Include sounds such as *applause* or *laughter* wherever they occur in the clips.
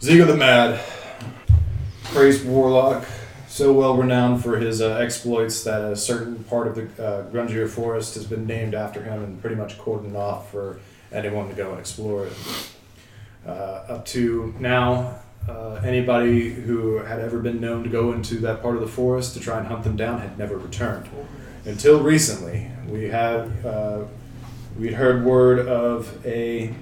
Ziga the Mad, praised warlock, so well renowned for his uh, exploits that a certain part of the uh, Grungio Forest has been named after him and pretty much cordoned off for anyone to go and explore it. Uh, up to now, uh, anybody who had ever been known to go into that part of the forest to try and hunt them down had never returned. Until recently, we had uh, we'd heard word of a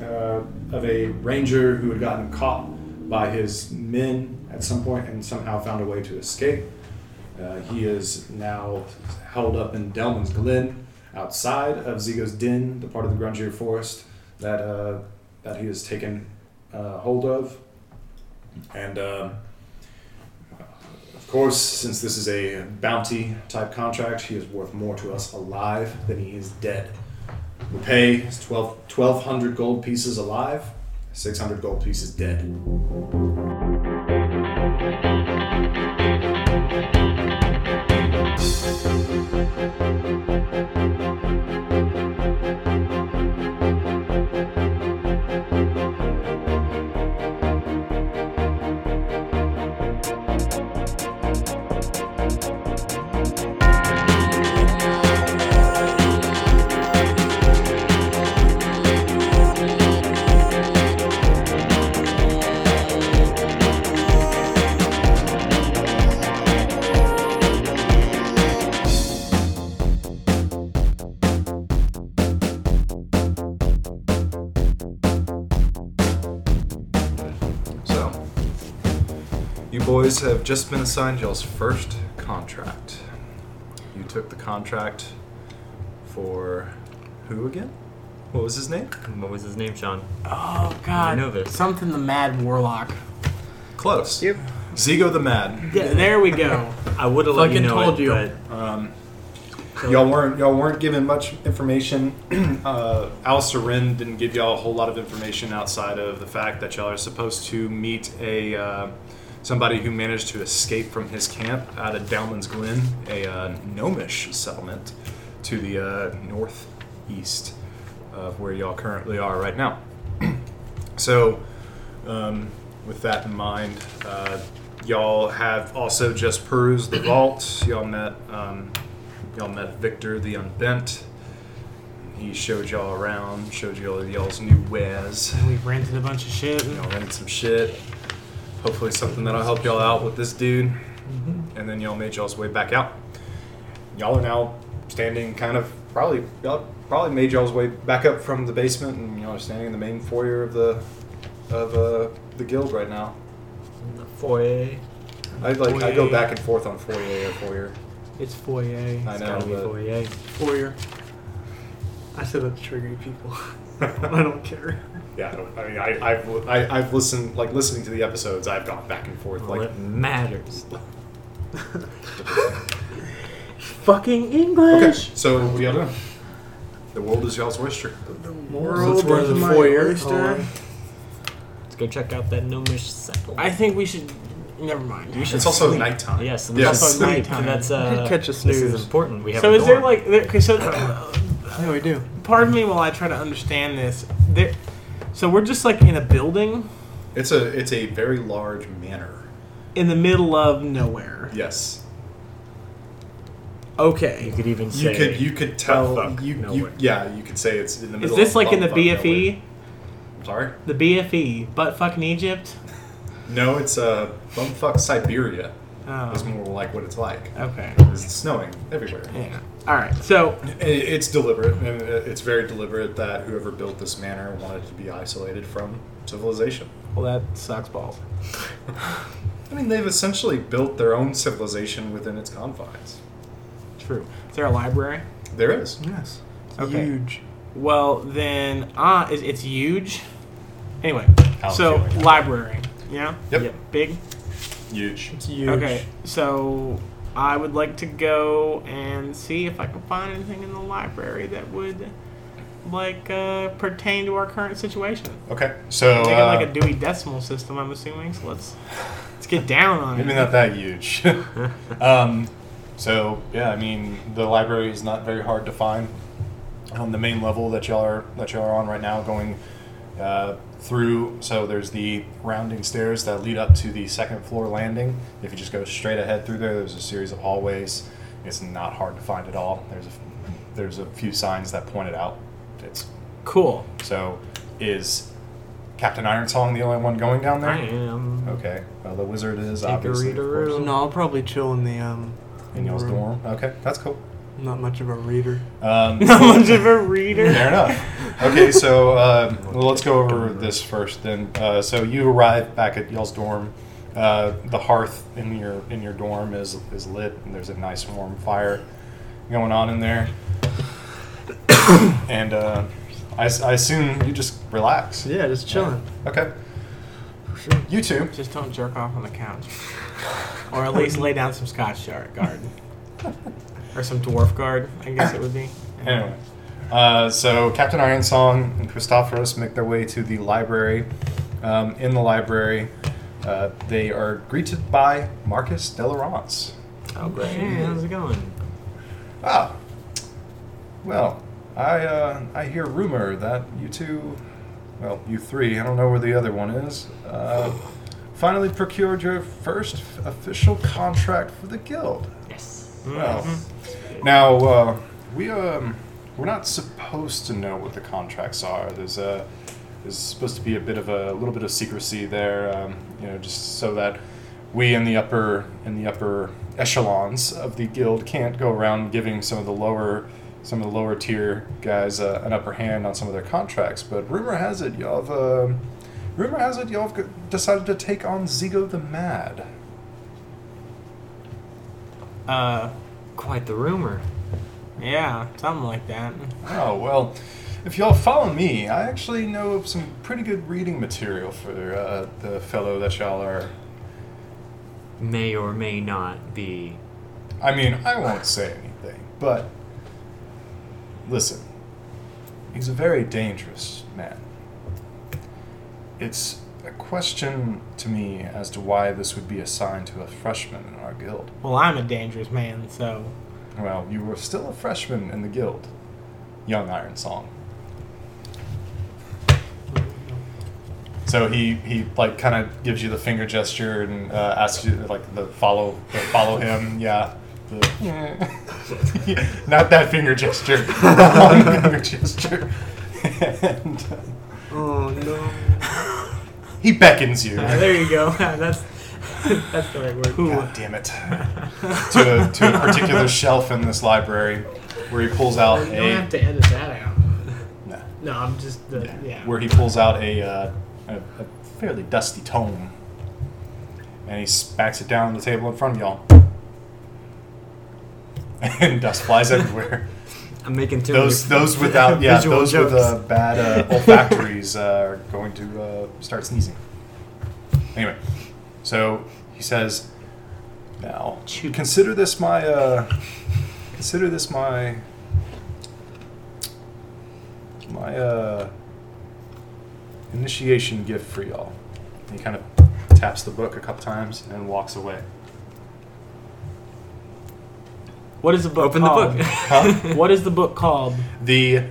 uh, of a ranger who had gotten caught by his men at some point and somehow found a way to escape. Uh, he is now held up in Delman's Glen, outside of Zigo's Den, the part of the Grungier Forest that uh, that he has taken uh, hold of. And um, of course, since this is a bounty type contract, he is worth more to us alive than he is dead. The pay is 12, 1,200 gold pieces alive, 600 gold pieces dead. So, you boys have just been assigned y'all's first contract. You took the contract for who again? What was his name? What was his name, Sean? Oh God! I know this. Something the Mad Warlock. Close. Yep. Zigo the Mad. Th- there *laughs* we go. I would have let you Fucking know told it, you. but Um, y'all weren't y'all weren't given much information. *clears throat* uh, Alistair Wren didn't give y'all a whole lot of information outside of the fact that y'all are supposed to meet a uh, somebody who managed to escape from his camp out of Downman's Glen, a uh, gnomish settlement to the uh, northeast of where y'all currently are right now. *clears throat* So, um, with that in mind, uh, y'all have also just perused the vault. Y'all met, um, y'all met Victor the Unbent. He showed y'all around, showed y'all y'all's new wares. And We've rented a bunch of shit. Y'all rented some shit. Hopefully, something that'll help y'all out with this dude. Mm-hmm. And then y'all made y'all's way back out. Y'all are now standing kind of probably y'all probably made y'all's way back up from the basement, and y'all are standing in the main foyer of the of uh, the guild right now. the foyer. I like I go Foyer. back and forth on foyer or foyer. It's foyer. I It's know, gotta be but- foyer. Foyer. I said that's triggering people. *laughs* I don't care. Yeah, I, don't, I mean I, I've li- I, I've listened like listening to the episodes. I've gone back and forth All like that matters. Fucking okay. English. So what y'all doing? The world is y'all's oyster. World we're in is the my foyer. oyster. Hold on. Let's go check out that gnomish settlement. I think we should. Never mind. You should It's also sleep. nighttime. Yes, and Yes. *laughs* that's Also nighttime. That's uh, I did catch a This snooze. is important. We have. so a is there dorm. like there, *coughs* okay? So Yeah, we do. pardon me while I try to understand this. There. So we're just like in a building It's a it's a very large manor. in the middle of nowhere. Yes. You Okay. could even You say could you could tell Oh, fuck. you, No you way. yeah you could say it's in the Is middle. this of like in the E? bumfuck nowhere. BFE? I'm sorry. The BFE, butt fucking Egypt. No, it's uh, bumfuck Siberia. Is Oh, more like what it's like. okay. It's snowing everywhere. Yeah. All right. So It- It's deliberate, and it's very deliberate that whoever built this manor wanted to be isolated from civilization. well, that sucks balls. I mean, they've essentially built their own civilization within its confines. True. Is there a library? There is. Yes. Okay. Huge. Well, then, ah, uh, it's, it's huge. Anyway, How so feeling, huh? library. Yeah. Yep. Yep. Big. Huge. It's huge. Okay. So I would like to go and see if I can find anything in the library that would, like, uh, pertain to our current situation. Okay, so. They got like a Uh, Dewey Decimal System, I'm assuming. So let's let's get down on it. maybe not that huge. *laughs* um, so, yeah, I mean, the library Um, is not very hard to find. On the main level that y'all are, that y'all are on right now, going uh, through. So there's the rounding stairs that lead up to the second floor landing. If you just go straight ahead through there, there's a series of hallways. It's not hard to find at all. There's a, there's a few signs that point it out. It's Cool. so is Captain Ironsong the only one going down there? I am. Okay. Well, the wizard is Take a obviously of reader. course, No, I'll probably chill in the um. in y'all's room. dorm. Okay, that's cool. I'm not much of a reader. Um, Not much of *laughs* a reader. Fair enough. Okay, so um, well, let's go over this first. Then, uh, so you arrive back at y'all's dorm. Uh, the hearth in your in your dorm is is lit, and there's a nice warm fire going on in there. and uh, I, s- I assume you just relax. Yeah, just chilling. Okay. You two. Just don't jerk off on the couch. or at least lay down some scotch jar- guard. or some dwarf guard, I guess it would be. Anyway, uh, so Captain Ironsong and Christophorus make their way to the library. Um, in the library, uh, they are greeted by Marcus Delarance. Oh, great. Yeah. How's it going? Ah, well, I uh, I hear rumor that you two, well, you three, I don't know where the other one is, uh, finally procured your first official contract for the guild. Yes. Mm-hmm. Well, now uh, we um, we're not supposed to know what the contracts are. There's a there's supposed to be a bit of a, little bit of secrecy there, um, you know, just so that we in the upper in the upper echelons of the guild can't go around giving some of the lower some of the lower tier guys uh, an upper hand on some of their contracts. But rumor has it y'all have um rumor has it y'all have g- decided to take on Zigo the Mad. Uh, Quite the rumor. yeah, something like that. Oh, well, if y'all follow me, I actually know of some pretty good reading material for uh, the fellow that y'all are. May or may not be. I mean, I won't say anything, but listen, he's a very dangerous man. It's a question to me as to why this would be assigned to a freshman in our guild. Well, I'm a dangerous man, so. Well, you were still a freshman in the guild, young Iron Song. So he, he like kind of gives you the finger gesture and uh, asks you like the follow the follow him yeah the, yeah *laughs* not that finger gesture *laughs* the long finger gesture and uh, Oh no. he beckons you Uh, there you *laughs* go. that's that's the right word. God damn it. to, a, to a particular shelf in this library where he pulls out You don't a have to edit that out. Nah. No, I'm just. The, yeah. where he pulls out a, uh, a, a fairly dusty tome and he smacks it down on the table in front of y'all. *laughs* And dust flies everywhere. I'm making too Those many *laughs* those without yeah visual those jokes. with uh, bad uh, olfactories uh, are going to uh, start sneezing. Anyway, so he says, "Now consider this my uh, consider this my my uh, initiation gift for y'all." And he kind of taps the book a couple times and walks away. What is the book Open the called? book. Huh? *laughs* *laughs* what is the book called? the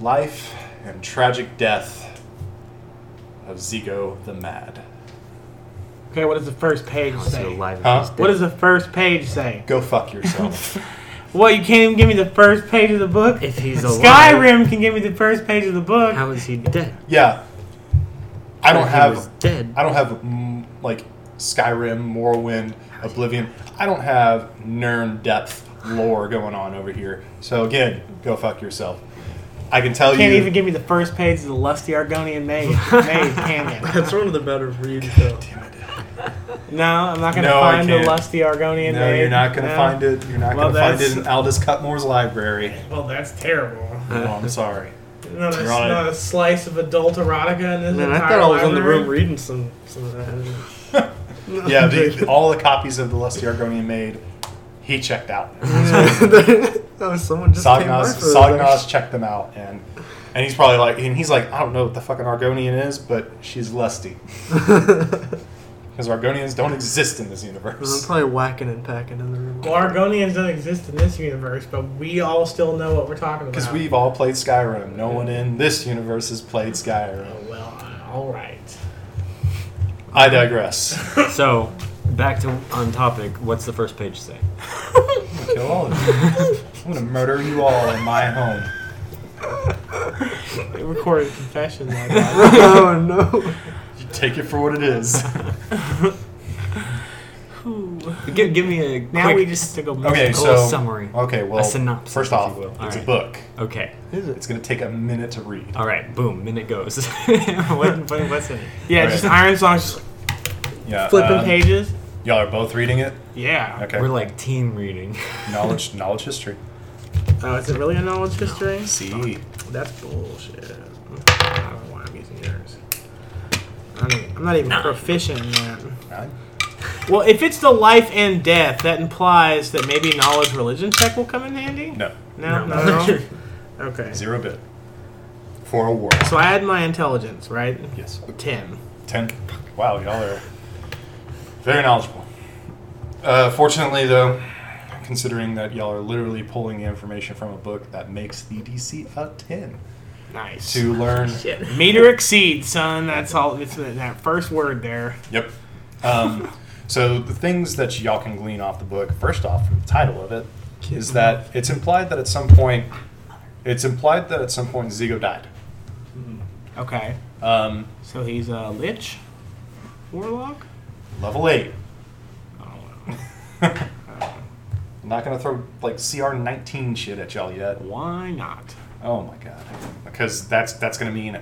life and tragic death of Zigo the Mad. Okay, what does the first page Unless you're say? alive Huh? these What days. does the first page say? Go fuck yourself. *laughs* What, you can't even give me the first page of the book? If he's *laughs* alive, Skyrim can give me the first page of the book. How is he dead? yeah, I don't If He was have dead. I don't have mm, like Skyrim, Morrowind, Oblivion. I don't have Nern depth lore going on over here. So again, go fuck yourself. I can tell can't you. even give me the first page of the Lusty Argonian *laughs* Maze, maze can you? *laughs* That's one of the better reads though. No, I'm not going to No, I find the can't. Lusty Argonian no, Maze. you're not gonna No. find it. You're not Well, gonna find that's- Uh. it in Aldous Cutmore's library. Well, that's terrible. Oh, I'm sorry. Not a, Right. not a slice of adult erotica in this Man, I entire thought I was in the library. room reading some some of that. *laughs* Yeah, the, all the copies of the Lusty Argonian made, he checked out. *laughs* oh, someone just came by Sognos, for those, Sognos checked them out, and and he's probably like, and he's like, I don't know what the fucking Argonian is, but she's lusty. Because Argonians don't exist in this *laughs* I'm universe. probably whacking and packing in the room. Well, Argonians don't exist in this universe, but we all still know what we're talking about. Because we've all played Skyrim. No one in this universe has played Oh, Skyrim. well, uh, all right. I digress. So, back to on topic. What's the first page say? I'm gonna kill all of you. I'm gonna murder you all in my home. They recorded confession. *laughs* Like that. *laughs* oh *laughs* no. You take it for what it is. Give, give me a now quick we just took a Okay, Goal so summary. Okay, well, A synopsis, First if off, you will. it's All a right. book. Okay. Is it? It's gonna take a minute to read. All right. Boom. Minute goes. *laughs* what, what, what's in it? Yeah, Right. just Iron Song's just like, Yeah. flipping um, pages. Y'all are both reading it. Yeah. Okay. We're like team reading. knowledge, knowledge, history. Oh, is it really a knowledge history? See. That's bullshit. I don't know why I'm using yours. I mean, I'm not even proficient in that. Right. Well, if it's the life and death, that implies that maybe knowledge religion check will come in handy? No. No. No, not at *laughs* all? Okay. Zero bit. For a war. So I had my intelligence, right? Yes. 10. Ten. Wow, y'all are very knowledgeable. Uh, fortunately, though, considering that y'all are literally pulling the information from a book, that makes the DC a ten Nice. to learn. *laughs* Meter exceed, son. That's all. It's in that first word there. Yep. Um, *laughs* so the things that y'all can glean off the book, first off, from the title of it, is that it's implied that at some point, it's implied that at some point Zigo died. Okay. Um, So he's a lich? Warlock? level eight. I don't know. *laughs* I'm not gonna throw like CR nineteen shit at y'all yet. Why not? Oh my god. Because that's that's going to mean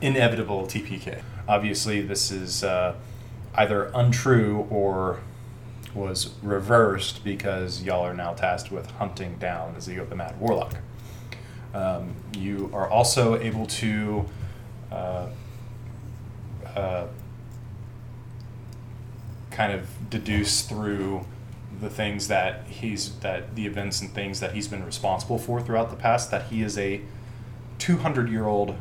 inevitable TPK. Obviously, this is uh, either untrue or was reversed because y'all are now tasked with hunting down the Zeo the Mad Warlock. Um, you are also able to uh, uh, kind of deduce through the things that he's that the events and things that he's been responsible for throughout the past that he is a 200 year old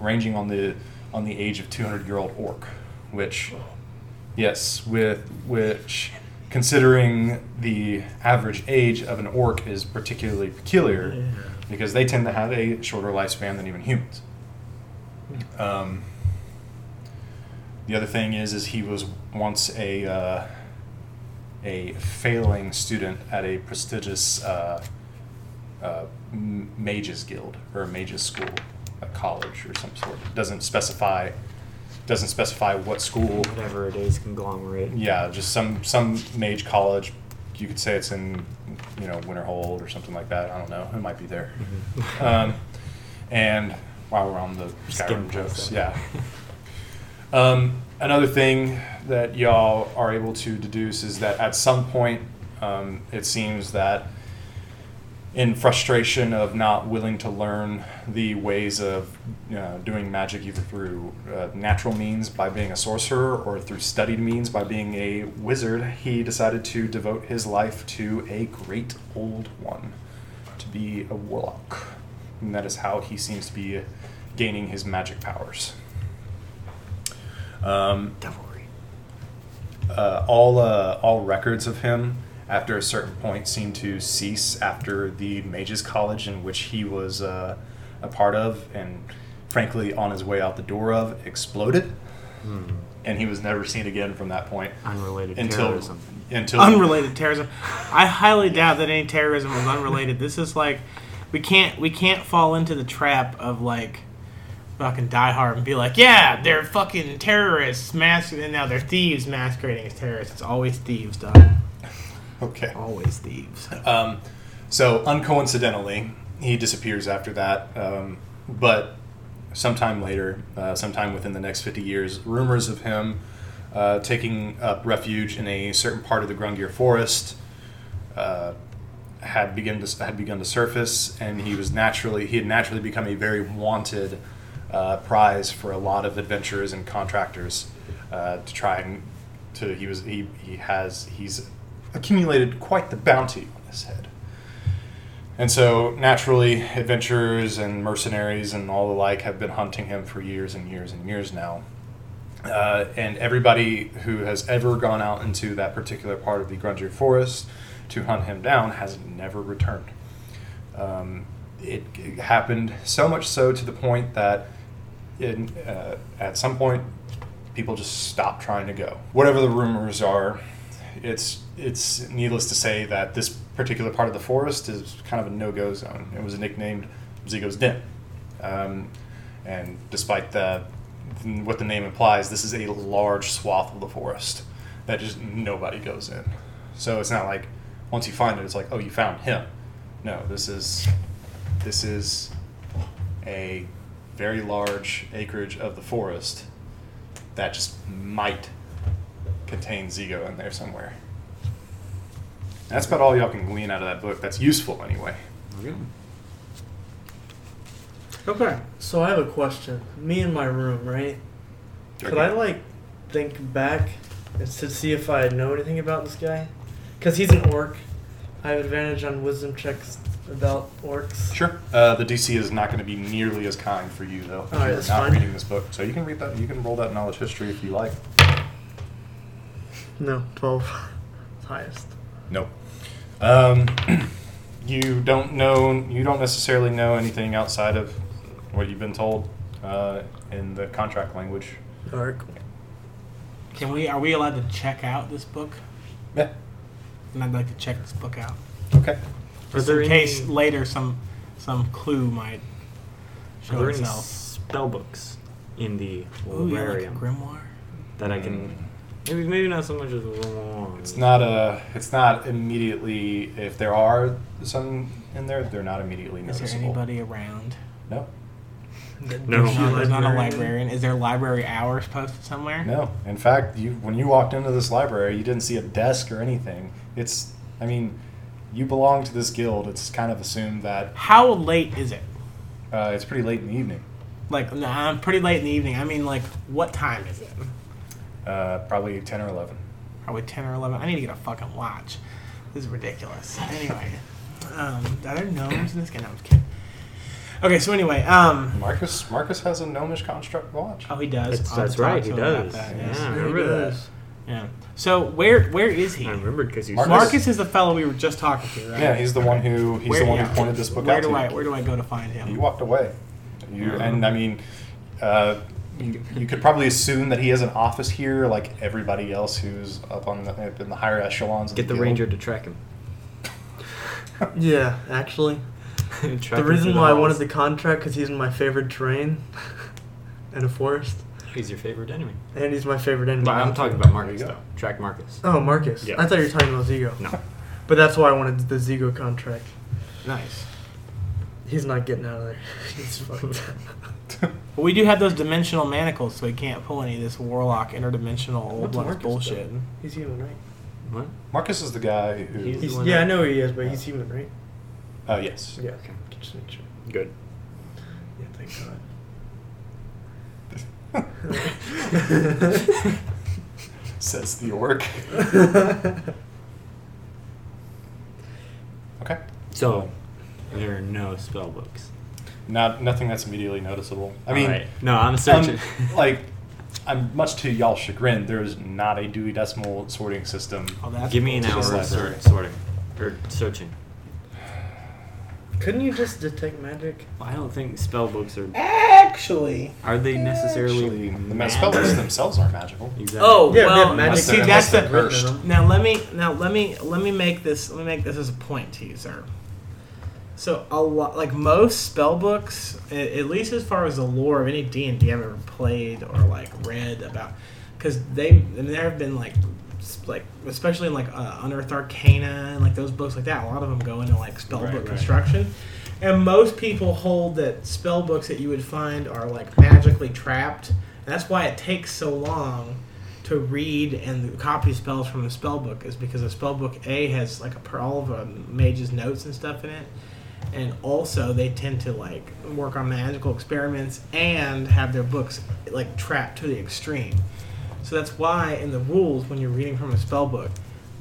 ranging on the on the age of 200 year old orc which yes with which considering the average age of an orc is particularly peculiar because they tend to have a shorter lifespan than even humans um, the other thing is, is he was once a uh, a failing student at a prestigious uh, uh, m- mages guild or mages school, a college or some sort. Doesn't specify doesn't specify what school. Whatever it is, conglomerate. Yeah, just some some mage college. You could say it's in you know Winterhold or something like that. I don't know. It might be there. Um, and while we're on the Skim Skyrim past jokes, that. yeah. Um, another thing that y'all are able to deduce is that at some point, um, it seems that in frustration of not willing to learn the ways of you know, doing magic either through uh, natural means by being a sorcerer or through studied means by being a wizard, he decided to devote his life to a great old one, to be a warlock. And that is how he seems to be gaining his magic powers. Um, Devilry. uh, all uh, all records of him after a certain point seem to cease after the mages college in which he was uh, a part of and frankly on his way out the door of exploded Hmm. and he was never seen again from that point Unrelated until terrorism. until *laughs* Unrelated terrorism. I highly doubt that any terrorism was unrelated. This is like we can't we can't fall into the trap of like fucking Die Hard and be like, yeah, they're fucking terrorists masquerading now they're thieves masquerading as terrorists. It's always thieves, dog. okay Always thieves. Um, so, uncoincidentally, he disappears after that. Um, but sometime later, uh, sometime within the next 50 years, rumors of him uh, taking up refuge in a certain part of the Grungir forest uh, had begun to had begun to surface, and he was naturally he had naturally become a very wanted uh, prize for a lot of adventurers and contractors uh, to try and to he was he, he has he's accumulated quite the bounty on his head. And so naturally, adventurers and mercenaries and all the like have been hunting him for years and years and years now. uh, and everybody who has ever gone out into that particular part of the Grungier Forest to hunt him down has never returned. Um, it, it happened so much so to the point that in, uh, at some point people just stop trying to go. Whatever the rumors are, it's it's needless to say that this particular part of the forest is kind of a no-go zone. It was nicknamed Zigo's Den, um, and despite the what the name implies, this is a large swath of the forest that just nobody goes in. So it's not like once you find it, it's like oh you found him. No, this is this is a very large acreage of the forest that just might contain Zigo in there somewhere. That's about all y'all can glean out of that book. That's useful anyway. Okay. So I have a question. Me in my room, right? Could I like think back and to see if I know anything about this guy? Because he's an orc. I have advantage on wisdom checks about orcs. Sure. Uh, the DC is not going to be nearly as kind for you though. if Alright, you're that's not fine. reading this book, so you can read that. You can roll that knowledge history if you like. No, twelve. It's highest. Nope. Um, *clears throat* you don't know. You don't necessarily know anything outside of what you've been told uh, in the contract language. Orc. Can we? Are we allowed to check out this book? Yeah. And I'd like to check this book out. Okay. Just in case later some some clue might Are show there any itself. spell books in the Ooh, you're like a librarium grimoire. that I can? Maybe, maybe not so much as long. Hmm. It's not a. It's not immediately. If there are some in there, they're not immediately Is noticeable. there anybody around? No. No. No, there's not a librarian. Is there library hours posted somewhere? No. In fact, you when you walked into this library, you didn't see a desk or anything. It's. I mean, you belong to this guild. It's kind of assumed that How late is it? uh, it's pretty late in the evening. Like, no, I'm pretty late in the evening. I mean, like, what time is it? Uh, probably ten or eleven. Probably 10 or 11. I need to get a fucking watch. This is ridiculous. Anyway, um, are there gnomes in this game? No, I'm just kidding. Okay, so anyway, um, Marcus Marcus has a gnomish construct watch. oh, he does. It's- I'll that's talk right, to he him about does. that, Yeah, yes. I He remember that. does. Yeah. So where where is he? I remembered because you Marcus- Marcus is the fellow we were just talking to, right? Yeah, he's the one who he's Where- the one yeah. who pointed this book where out do to. I you. where do I go to find You him? walked away. You and I mean, uh, you, you could probably assume that he has an office here, like everybody else who's up on the, up in the higher echelons. of get the guild. *laughs* ranger to track him. *laughs* Yeah, actually, Track the him reason through the why I halls. wanted the contract because he's in my favorite terrain, *laughs* and a forest, He's your favorite enemy. and he's my favorite enemy. But I'm talking about Marcus There you though. go. Track Marcus. Oh, Marcus. Yeah. I thought you were talking about Zigo. No. But that's why I wanted the Zigo contract. Nice. He's not getting out of there. *laughs* He's fucked. *laughs* But we do have those dimensional manacles, so we can't pull any of this warlock interdimensional old What's ones Marcus bullshit. He's human, right? What? Marcus is the guy who. He's- He's, Why yeah, not? I know he is, but he's human, right? uh, yes, Yeah, okay. Just make sure. Good. Yeah, thank God. *laughs* says the orc. *laughs* Okay, *laughs* So there are no spell books. not nothing that's immediately noticeable. I mean, Alright. no, I'm Um, searching. *laughs* like, I'm much to y'all's chagrin. There is not a Dewey Decimal sorting system. Oh, that's *laughs* Give me an Just hour of like sor- that. sorting or searching. Couldn't you just detect magic? I don't think spell books are actually. are they necessarily Actually, the spell lists themsells are magical. Exactly. Oh Yeah, we well, have magic see, that- that's that's the that cursed. now. Let me now let me let me make this let me make this as a point to you, sir. So a lot like most spell books, a- at least as far as the lore of any D and D I've ever played or like read about, because they and there have been like s- like especially in like uh, Unearthed Arcana and like those books like that. A lot of them go into like spell Right, book right. construction. And most people hold that spell books that you would find are like magically trapped. And that's why it takes so long to read and copy spells from a spell book is because a spell book A has like a per- all of a mage's notes and stuff in it, and also they tend to like work on magical experiments and have their books like trapped to the extreme. So that's why in the rules when you're reading from a spell book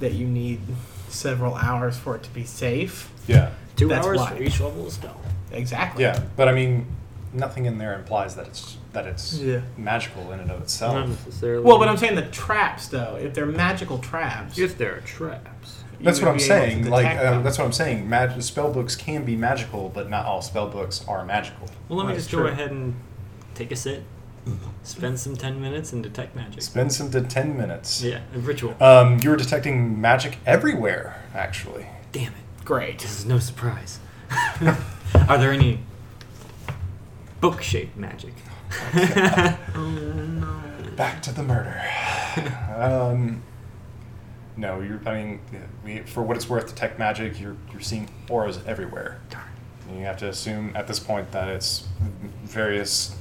that you need several hours for it to be safe. Yeah, Two That's hours why. for each level of spell. Exactly. yeah, but I mean, nothing in there implies that it's that it's Yeah. magical in and of Not itself. necessarily. Well, but I'm saying the traps, though, if they're magical traps, if there are traps. you That's would what I'm be able to saying. Like detect um, them. that's what I'm saying. Mag- spell books can be magical, but not all spell books are magical. Well, let me Right, just true. go ahead and take a sit, spend some ten minutes, and detect magic. Spend some to ten minutes. Yeah, a ritual. Um, you were detecting magic everywhere, actually. Damn it! great. This is no surprise. *laughs* are there any book-shaped *laughs* magic? Oh, Back to the murder. um, no, you're. I mean, we, for what it's worth, detect magic. You're you're seeing auras everywhere. Darn. And You have to assume at this point that it's various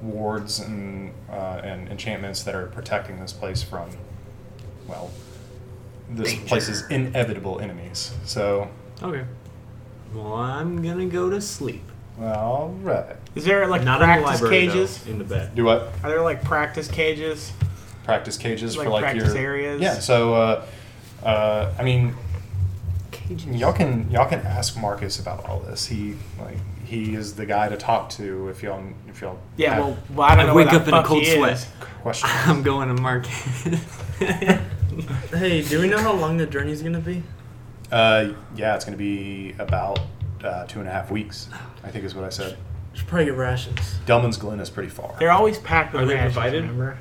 wards and uh, and enchantments that are protecting this place from, well, this Danger. place's inevitable enemies. So, Okay. Well, I'm gonna go to sleep. all right. Is there like Not in the practice library, cages? though, in the bed. Do what? Are there like practice cages? Practice cages Like for like practice your areas? Yeah. So, uh, uh, I mean, Cages. y'all can y'all can ask Marcus about all this. He like he is the guy to talk to if y'all if y'all Yeah, have well, well I don't I know wake where up the in a fuck cold he is. sweat. *laughs* questions. *laughs* I'm going to market. Hey, do we know how long the journey's gonna be? Uh, yeah, it's going to be about uh, two and a half weeks, I think is what I said. Should probably get rations. Delman's Glen is pretty far. They're always packed with Are they rations, provided? Remember?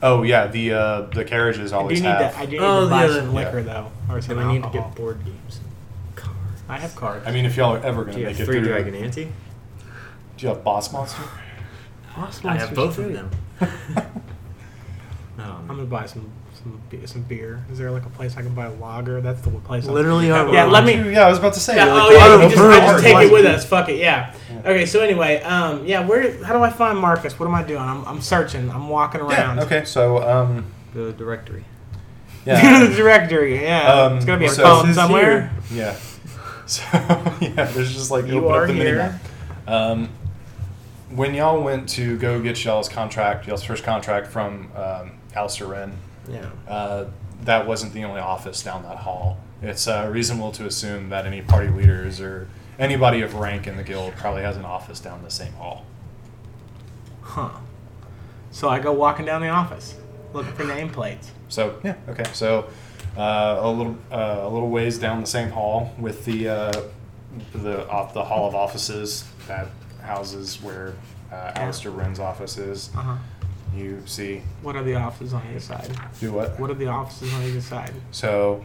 Oh yeah, the uh, the carriages I do always need have. to. I do need Oh, to buy the- some yeah. liquor though, or some and I need to alcohol. get board games. Cards. I have cards. I mean, if y'all are ever going Do to you make have it three through, dragon ante? do you have boss *laughs* monster? *laughs* I have both of *laughs* them. Um, I'm gonna buy some some be- some beer. Is there like a place I can buy a lager? That's the place. I'm- Literally, our Yeah, let me- Yeah, I was about to say. Yeah, like, oh why yeah, don't we just, I open just bars? take Why- it with us. Fuck it, yeah. Yeah. Okay, so anyway, um, yeah, where? How do I find Marcus? What am I doing? I'm, I'm searching. I'm walking around. Yeah. Okay. So *laughs* um, The directory. To yeah, *laughs* the directory. Yeah, Um, it's gonna be a so- phone Marcus is somewhere. here. yeah. *laughs* So yeah, there's just like You open are up the here. mini Um, when y'all went to go get y'all's contract, y'all's first contract from um, Alistair Wren, Yeah. uh, that wasn't the only office down that hall. It's uh, reasonable to assume that any party leaders or anybody of rank in the guild probably has an office down the same hall. Huh. So I go walking down the office looking for nameplates. So yeah, okay. So uh, a little uh, a little ways down the same hall with the uh, the off the hall of offices that houses where uh, Alistair Wren's office is. Uh-huh. Uh huh. You see, What are the offices on either side? do what? What are the offices on either side? So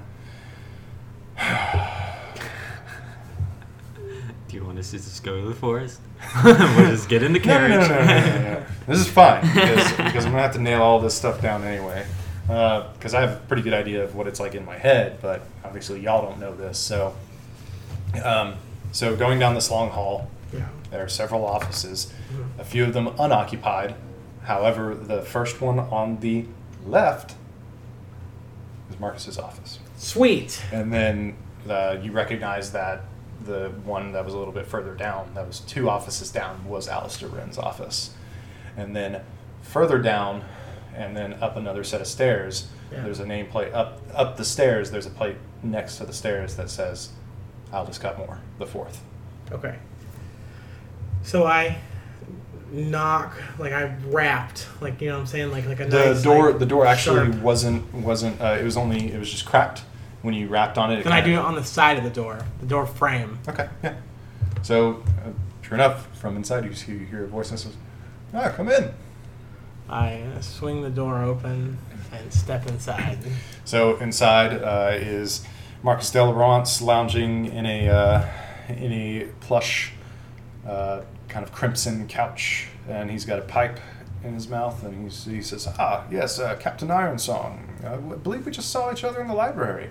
Do you want us to just go to the forest? *laughs* *laughs* we'll just get in *laughs* the No, no, carriage. *laughs* no, no, no, no, no, no. This is fine because, because I'm gonna have to nail all this stuff down anyway. Because I have a pretty good idea of what it's like in my head, but obviously y'all don't know this. So, um, so going down this long hall, Yeah. there are several offices, a few of them unoccupied. However, the first one on the left is Marcus's office. Sweet. And then uh, you recognize that the one that was a little bit further down, that was two offices down, was Alistair Wren's office. And then further down, and then up another set of stairs, Yeah. there's a nameplate up up the stairs. There's a plate next to the stairs that says Aldous Cutmore, the fourth. Okay. So I knock, like I rapped, like you know what I'm saying, like like a The nice, door like, the door actually sharp- wasn't wasn't uh, it was only it was just cracked when you wrapped on it. it Then I do kinda- it on the side of the door, the door frame. Okay, yeah. So uh, sure enough, from inside you, see- you hear a voice that says, "Ah, come in." I swing the door open and step inside. So inside uh, is Marcus Del Rance lounging in a uh, in a plush uh, kind of crimson couch, and he's got a pipe in his mouth, and he's, he says, "Ah, yes, uh, Captain Ironsong. I w- believe we just saw each other in the library.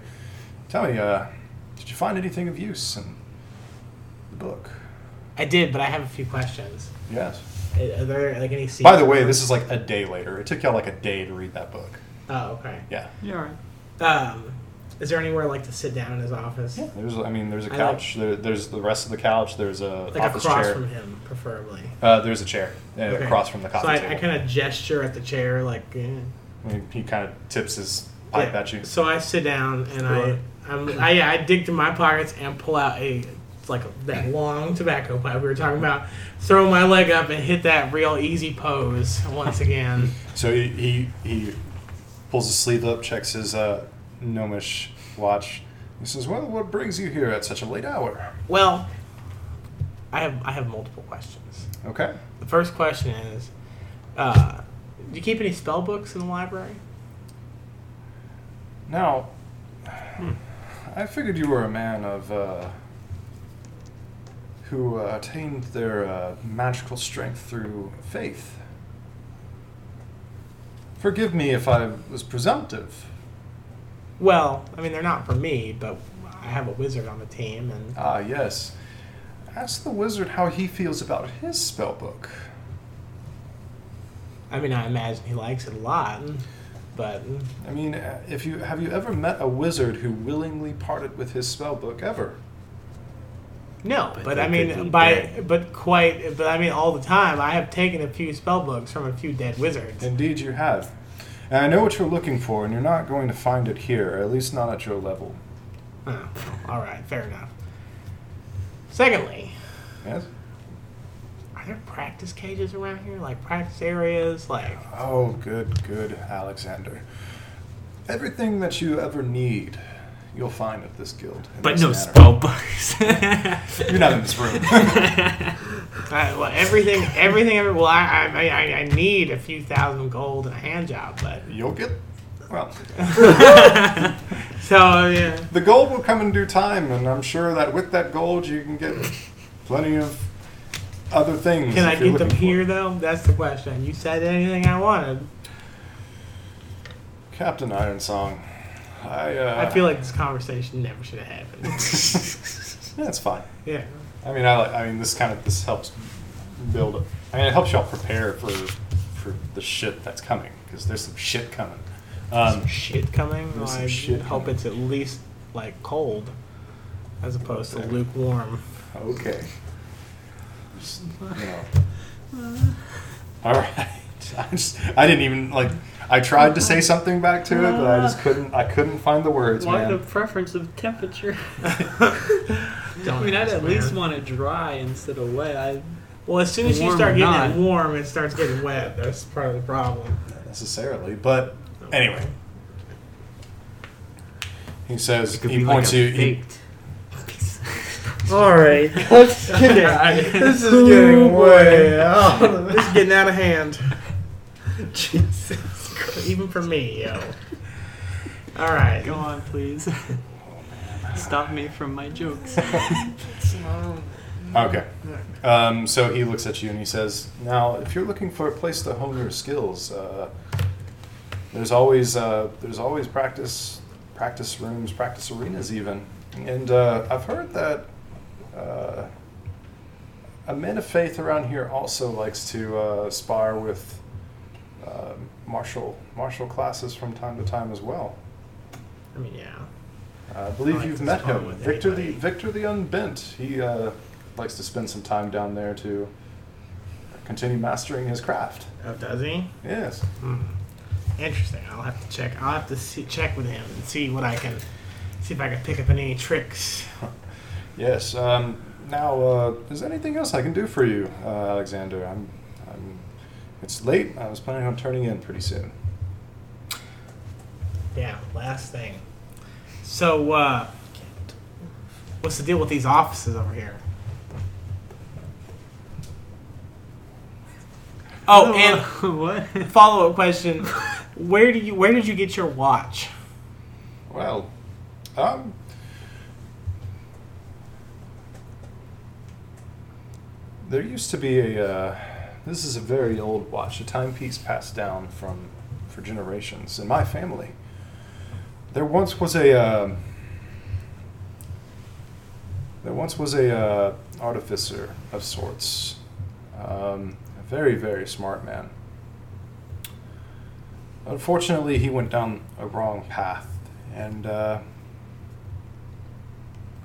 Tell me, uh, did you find anything of use in the book?" I did, but I have a few questions. Yes. Are there like any? Secrets? By the way, this is like a day later. It took y'all like a day to read that book. Oh, okay. Yeah. You're alright. Um, is there anywhere like to sit down in his office? Yeah, there's. I mean, there's a I like- couch. there, there's the rest of the couch. There's a Like office across chair. from him, preferably. Uh, there's a chair uh, Okay. across from the coffee so I, table. I kind of gesture at the chair, like. eh. He- he kind of tips his pipe Yeah. at you. So I sit down and Right. I, I'm, I, yeah, I dig through my pockets and pull out a like that long tobacco pipe we were talking about. Throw my leg up and hit that real easy pose *laughs* once again. So he, he he pulls his sleeve up, checks his uh, gnomish watch. He says, "Well, what brings you here at such a late hour?" Well, I have I have multiple questions. Okay. The first question is, uh, do you keep any spell books in the library? Now, I figured you were a man of uh, who uh, attained their uh, magical strength through faith. Forgive me if I was presumptive. Well, I mean they're not for me, but I have a wizard on the team, and Ah, yes. Ask the wizard how he feels about his spell book. I mean I imagine he likes it a lot, Mm. but I mean, uh, if you have you ever met a wizard who willingly parted with his spell book ever? No, but, But I they could mean, be by dead. but quite, but I mean, all the time I have taken a few spell books from a few dead wizards. Indeed, you have. And I know what you're looking for, and you're not going to find it here, or at least not at your level. Oh, all right, fair enough. Secondly, Yes. are there practice cages around here, like practice areas? Like, Oh, good, good, Alexander. Everything that you ever need, you'll find at this guild. in But this no manner. spell books. *laughs* *laughs* You're not in this room. *laughs* I, well, everything, everything, every, well, I, I, I, I need a few thousand gold and a hand job, but you'll get. Well, so yeah, the gold will come in due time, and I'm sure that with that gold, you can get plenty of other things. can I if you're get them Hmm. looking for. here though? That's the question. You said anything I wanted. Captain Ironsong. I, uh, I *laughs* feel like *laughs* this conversation never should have happened. That's fine. Yeah. I mean, I, like- I mean, this kind of this helps build. I mean, it helps y'all prepare for for the shit that's coming because there's some shit coming. Um, shit coming. There's some I shit hope coming. it's at least like cold, as opposed to Okay. lukewarm. okay. Just, you know. All right. *laughs* I just, I didn't even like. I tried to say something back to it, but I just couldn't. I couldn't find the words, Why man. the preference of *laughs* temperature? *laughs* Don't I mean, I'd ask, at man. least want it dry instead of wet. I, Well, as soon as you Warm start or getting not. it warm, it starts getting wet. That's part of the problem. necessarily, but anyway. He says could he be points like a you. he- baked *laughs* All *laughs* right, let's *laughs* get it. *laughs* This is getting way out of This is getting out of *laughs* hand, Jesus. even for me, yo. All right. Go on, please. *laughs* Stop me from my jokes. *laughs* Okay. Um, so he looks at you and he says, "Now, if you're looking for a place to hone your skills, uh, there's always uh, there's always practice practice rooms, practice arenas, even. And uh, I've heard that uh, a man of faith around here also likes to uh, spar with uh, martial martial classes from time to time as well. I mean, yeah. I believe I like you've to met spar him, with Victor the anybody. Victor the Unbent. He uh, likes to spend some time down there to continue mastering his craft. Oh, does he? Yes, Hmm. Interesting. I'll have to check. I'll have to see, check with him and see what I can, see if I can pick up any tricks. yes. Um, now, uh, is there anything else I can do for you, uh, Alexander? I'm, I'm. It's late. I was planning on turning in pretty soon. Yeah, last thing. So, uh, what's the deal with these offices over here? Oh, and *laughs* what? follow up *laughs* question: Where do you where did you get your watch? Well, um, there used to be a. Uh, this is a very old watch, a timepiece passed down from for generations in my family. There once was a. um there once was a uh, artificer of sorts, um, a very very smart man. Unfortunately, he went down a wrong path, and uh,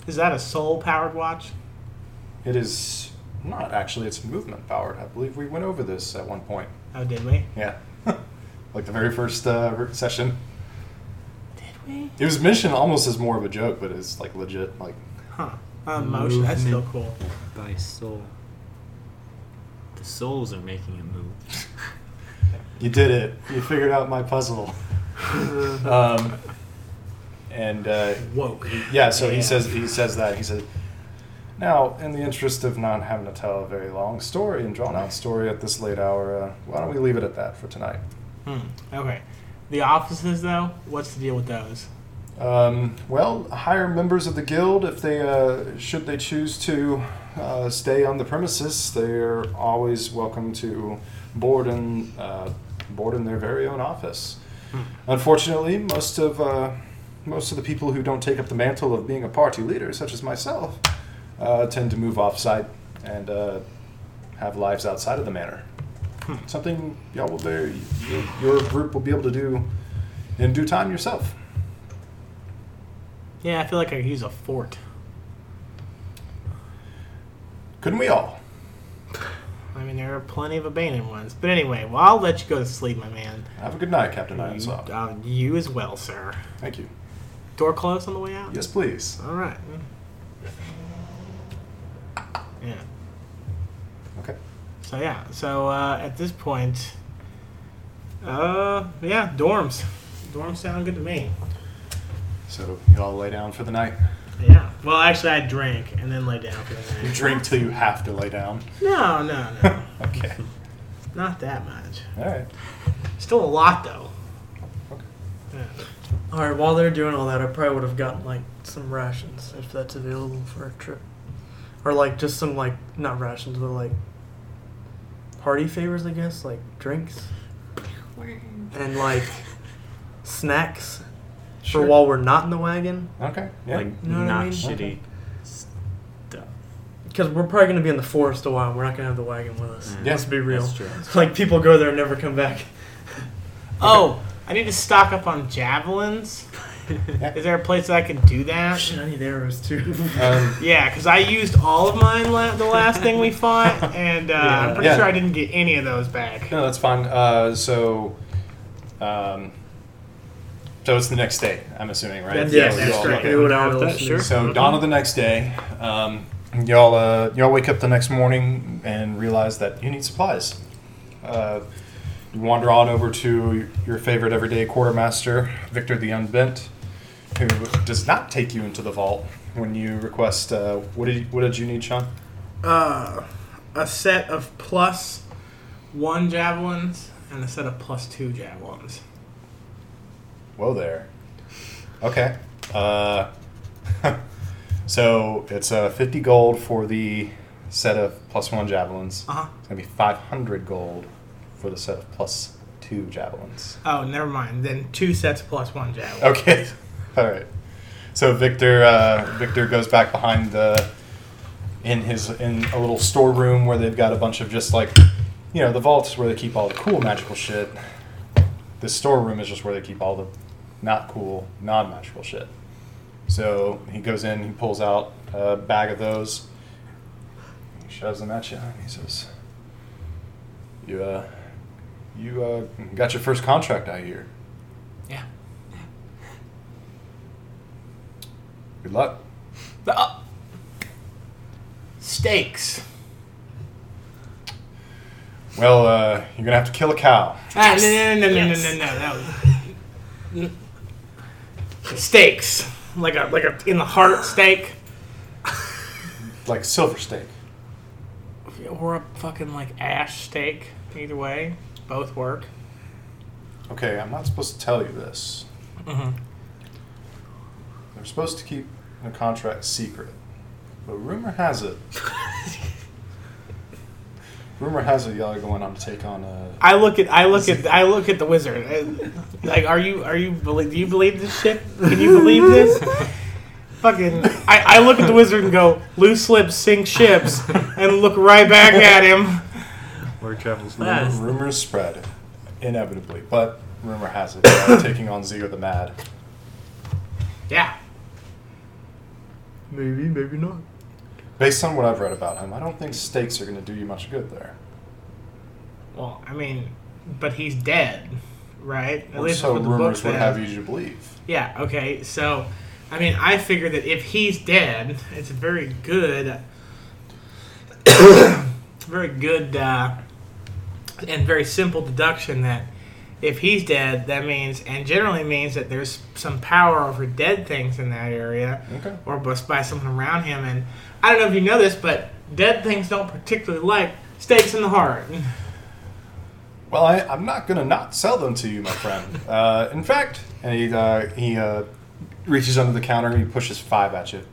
Is that a soul powered watch? it is not actually. It's movement powered. I believe we went over this at one point. Oh, did we? Yeah, *laughs* like the very first uh, re- session. Did we? It was mentioned almost as more of a joke, but it's like legit. Like Huh. Not emotion. That's still Movement. cool. by soul. The souls are making a move. *laughs* You did it. You figured out my puzzle. *laughs* *laughs* um, and uh, Whoa. yeah, so he says he says that he says. Now, in the interest of not having to tell a very long story and drawn out story at this late hour, uh, why don't we leave it at that for tonight? Hmm. Okay. The offices, though, what's the deal with those? Um, well, hire members of the guild if they uh, should they choose to uh, stay on the premises. They are always welcome to board in uh, board in their very own office. Unfortunately, most of uh, most of the people who don't take up the mantle of being a party leader, such as myself, uh, tend to move offsite and uh, have lives outside of the manor. Something y'all will be, your- your group will be able to do in due time yourself. Yeah, I feel like I could use a fort. Couldn't we all? I mean, there are plenty of abandoned ones. But anyway, well, I'll let you go to sleep, my man. Have a good night, Captain You, Ironsaw. uh, you as well, sir. Thank you. Door closed on the way out? Yes, please. All right. Yeah. Okay. So, yeah. So, uh, at this point, uh, yeah, dorms. Dorms sound good to me. So y'all lay down for the night. Yeah. Well, actually, I drank and then lay down for the You night. drink till you have to lay down. No, no, no. *laughs* Okay. Not that much. All right. Still a lot, though. Okay. Yeah. All right, while they're doing all that, I probably would have gotten like some rations if that's available for a trip, or like just some like not rations, but like party favors, I guess, like drinks and like snacks for while we're not in the wagon, Okay. Yeah. Like Know what I not mean? shitty. because we're probably gonna be in the forest a while. and We're not gonna have the wagon with us. Mm. Yeah. Let's be real. That's true. *laughs* Like people go there and never come back. *laughs* Oh, I need to stock up *laughs* on javelins. Is there a place that I can do that? Shit, I need arrows too. Uh, um, Yeah, because I used all of mine la- the last thing we fought, *laughs* and uh, I'm pretty Yeah. sure I didn't get any of those back. no, that's fine. Uh, so, um, so it's the next day. I'm assuming, right? That's- So yes, you that's all- correct. okay. We would have Have those that, too. sure. So dawn of the next day. Um, y'all uh, y'all wake up the next morning and realize that you need supplies. Uh, you wander on over to your favorite everyday quartermaster, Victor the Unbent, who does not take you into the vault when you request. Uh, what did what did you need, Sean? Uh, a set of plus one javelins and a set of plus two javelins. Whoa there. Okay. Uh, *laughs* so it's uh, 50 gold for the set of plus one javelins. Uh huh. It's gonna be 500 gold for the set of plus two javelins. Oh, never mind. Then two sets plus one javelin. Okay, *laughs* all right. So Victor, uh, Victor goes back behind the in his in a little storeroom where they've got a bunch of just like you know the vaults where they keep all the cool magical shit. This storeroom is just where they keep all the not cool, non magical shit. So he goes in, he pulls out a bag of those, he shoves them at you, and he says, "You uh, you uh, got your first contract, I hear. Yeah. Good luck." The, uh, steaks. Well, uh, you're gonna have to kill a cow. Ah, no, no, no, no, no, no, no, no. That was... Steaks, like a like a in the heart steak, Like silver steak. or a fucking like ash steak. Either way, both work. Okay, I'm not supposed to tell you this. Mm-hmm. They're supposed to keep the contract secret. But rumor has *laughs* it. rumor has it y'all are going on to take on uh, a. I look at I look at I look at the wizard. I- Like, are you are you belie- do you believe this shit? Can you *laughs* believe *laughs* this? Fucking, I, I look at the wizard and go, loose lips sink ships, and look right back at him. Word travels rumor, fast. rumors spread, inevitably. But rumor has it y'all are taking on Zero the Mad. Yeah, Maybe, maybe not. Based on what I've read about him, I don't think steaks are gonna do you much good there. Well, I mean, but he's dead, right? At Or least so that's what the book rumors would says. have you to believe. Yeah. Okay. So I mean, I figure that if he's dead, it's a very good, *coughs* very good, uh, and very simple deduction that if he's dead, that means, and generally means that there's some power over dead things in that area, Okay. or bus by someone around him. And I don't know if you know this, but dead things don't particularly like stakes in the heart. Well, I, I'm not going to not sell them to you, my friend. Uh, in fact, and he, uh, he uh, reaches under the counter and he pushes five at you.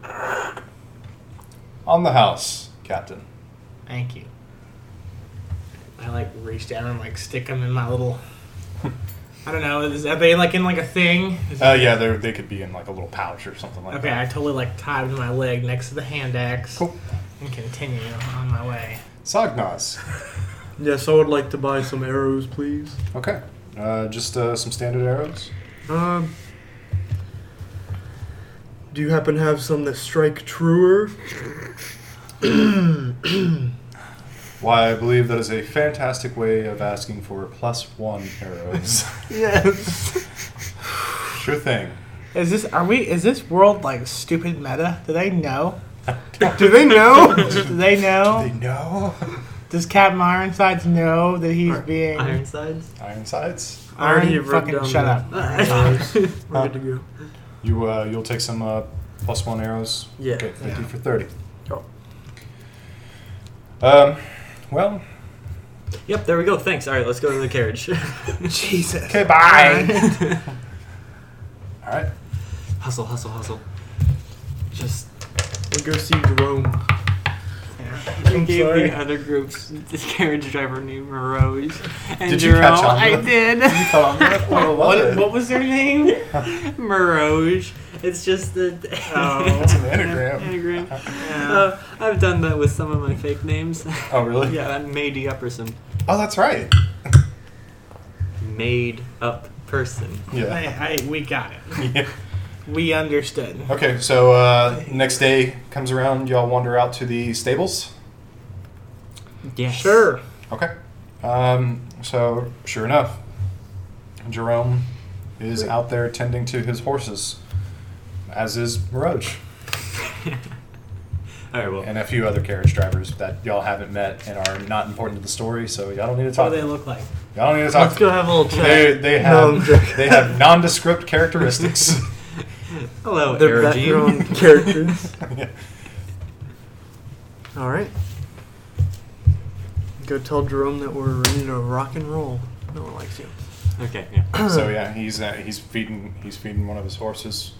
On the house, Captain. Thank you. I like reach down and like stick them in my little. I don't know. Is, are they like in like a thing? Is Uh, it- yeah, they they could be in like a little pouch or something like Okay, that. I totally like tied to my leg next to the hand axe Cool. and continue on my way. Sognos. Yes, I would like to buy some arrows, please. Okay. Uh, just uh, some standard arrows. Um. Do you happen to have some that strike truer? Why, I believe that is a fantastic way of asking for plus one arrows. Yes. sure thing. *laughs* Is this are we? Is this world like stupid meta? Do they know? Do they know? Do Oh, they They know? know. Does Captain Ironsides know that he's being Ironsides. Ironsides. I already Iron? wrote Fucking down shut the- up. *laughs* Arrows. We're good to go. You uh, you'll take some uh, plus one arrows. Yeah. Okay, fifty for thirty. Cool. Um, well, Yep, there we go. Thanks. All right, let's go to *laughs* the carriage. Jesus. okay, bye. All right. *laughs* hustle, hustle, hustle. Just We'll go see Jerome. You I'm gave sorry. the other group's carriage driver name Rose. And Did you catch Jerome- on? I did. You caught on to that? *laughs* Well, love What, it. what was their name? Mirage. It's just the *laughs* Oh. It's an anagram. anagram. Yeah. Uh, I've done that with some of my fake names. Oh, really? *laughs* yeah, that made up person. Oh, that's right. Made up person. Yeah. I, I, we got *laughs* it. yeah. Oh, We understood. Okay, so uh, next day comes around. Y'all wander out to the stables. Yes. *laughs* Sure. Okay. Um, so, sure enough, Jerome is out there tending to his horses, as is Roach All right. Well, and a few other carriage drivers that y'all haven't met and are not important to the story. So y'all don't need to What talk. do they Y'all look like? don't need to talk. Let's go have a little chat. They, they No, I'm have joking. they have nondescript *laughs* characteristics. *laughs* *laughs* hello, Their Aragene. background characters. Yeah. All right. Go tell Jerome that we're ready to rock and roll. No one likes *laughs* you. *laughs* Okay. Yeah. so yeah, he's uh, he's feeding he's feeding one of his horses,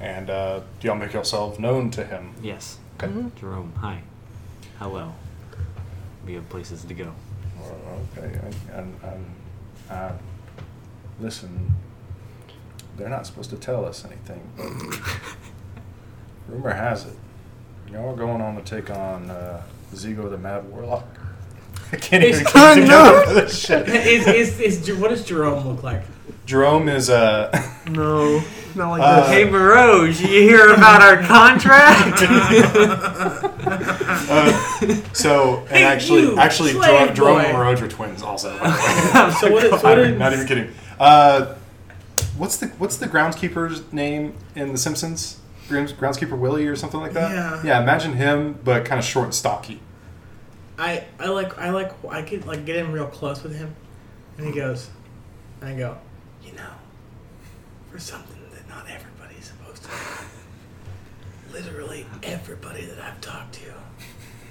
and uh, y'all make yourself known to him. Yes. Okay. Mm-hmm. Jerome. Hi. Hello. We have places to *laughs* go. Well, okay, and, and, uh, listen, they're not supposed to tell us anything, but rumor has it y'all are going on to take on uh, Zigo the Mad Warlock. *laughs* I can't even It's- get it No. together for this shit. *laughs* is, is, is, Jer- what does Jerome look like? Jerome is uh, No, not like Uh, this. Hey, Mirage. You hear about our *laughs* contract? uh, so and Hey, actually you, actually Jer- slave Jerome boy. and Roge are twins also. By the way. *laughs* Uh, *laughs* So *laughs* what is, what I'm is not even kidding. Uh, what's the what's the groundskeeper's name in The Simpsons? Grounds- Groundskeeper Willie or something like that. Yeah. Yeah. Imagine him, but kind of short and stocky. I, I like I like I could like get in real close with him, and he goes, and I go, you know, for something that not everybody's supposed to. do, Literally everybody that I've talked to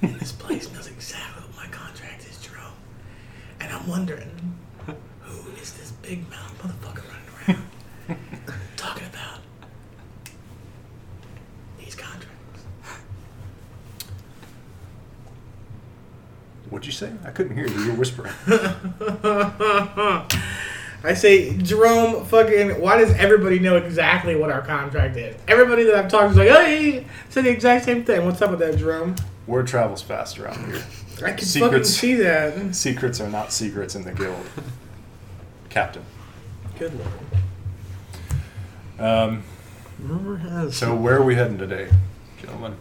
in this place knows exactly what my contract is, Jerome. And I'm wondering, who is this big mouth motherfucker running around talking about these contracts? What'd you say? I couldn't hear you. You were *laughs* whispering. I say, Jerome, fucking, why does everybody know exactly what our contract is? Everybody that I've talked to is like, hey, said the exact same thing. What's up with that, Jerome? Word travels fast around here. I can fucking Secrets. see that. Secrets are not secrets in the *laughs* guild, Captain. *laughs* Good lord. Um, Rumor has so where are we heading today, gentlemen?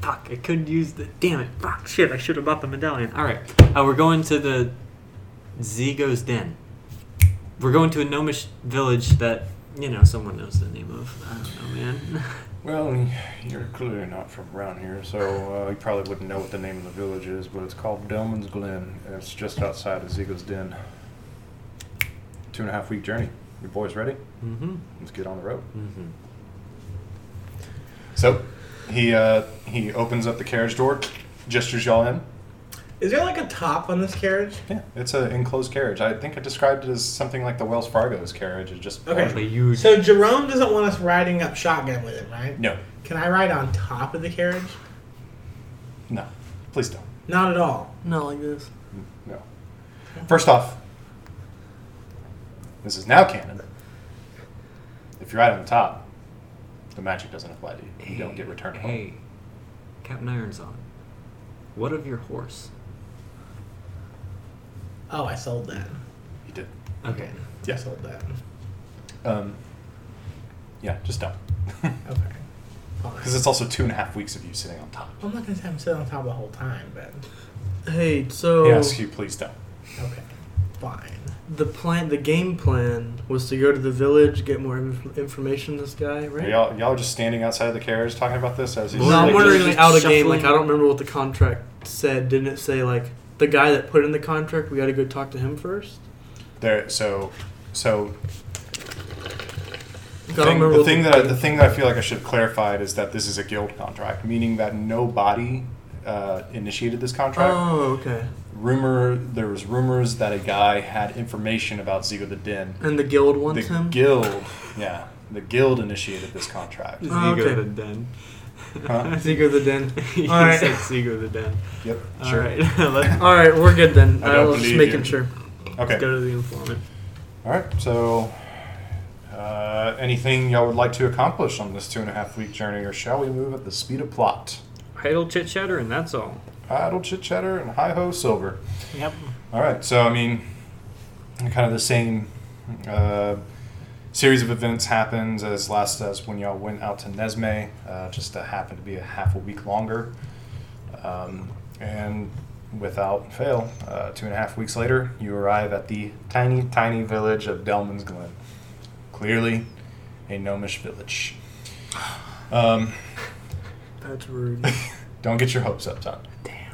Fuck, I could use the. Damn it. Fuck, shit, I should have bought the medallion. Alright, uh, we're going to the Zigo's Den. We're going to a gnomish village that you know someone knows the name of. I don't know, man. *laughs* Well, you're clearly not from around here, so uh, you probably wouldn't know what the name of the village is, but it's called Delman's Glen, and it's just outside of Ziegler's Den. Two and a half week journey. Your boys ready? mm-hmm. Let's get on the road. Mm-hmm. So, he uh, he opens up the carriage door, gestures y'all in. Is there like a top on this carriage? Yeah, it's an enclosed carriage. I think I described it as something like the Wells Fargo's carriage. It's just Okay. Probably huge. So Jerome doesn't want us riding up shotgun with him, right? No, Can I ride on top of the carriage? no, please don't. Not at all. Not like this. No. First off, this is now canon. If you're right on the top, the magic doesn't apply to you. You don't get returned home. Hey, Captain Irons on. What of your horse? Oh, I sold that. You did. Okay. Yeah. I sold that. Um, yeah, just *laughs* don't. Okay. Because Fine. it's also two and a half weeks of you sitting on top. I'm not gonna have him sit on top the whole time, but Hey, so I ask you, please don't. okay, fine. the plan, the game plan was to go to the village, get more inf- information. This guy, Are right? y'all, y'all just standing outside of the carriage talking about this as he's No, I'm Like, wondering just like, out of game. shuffling. Like I don't remember what the contract said. Didn't it say like the guy that put in the contract? We got to go talk to him first. there. So, so I The don't thing, remember the what thing that I, the thing that I feel like I should have clarified is that this is a guild contract, meaning that nobody uh, initiated this contract. Oh, okay. Rumor there was rumors that a guy had information about Zigo the Din. And the guild wants the *laughs* him. guild, yeah, the guild initiated this contract. Oh, Zigo okay. the Den. *laughs* Huh? Seeker the den. you All right. said Zigo *laughs* the Den. Yep, All sure. right. *laughs* *laughs* Let's All right, we're good then. Uh, I I, don't was just believe making you. sure. Okay, go to the informant. all right. So, uh, anything y'all would like to accomplish on this two and a half week journey, or shall we move at the speed of plot? Idle chit chatter, and that's all. Idle chit chatter and hi ho silver. Yep. All right. So I mean, kind of the same uh, series of events happens as last as when y'all went out to Nesme. Uh, just uh, happened to be a half a week longer, um, and without fail, uh, two and a half weeks later, you arrive at the tiny, tiny village of Delman's Glen. Clearly, a gnomish village. Um, *laughs* That's rude. don't get your hopes up, son. Damn.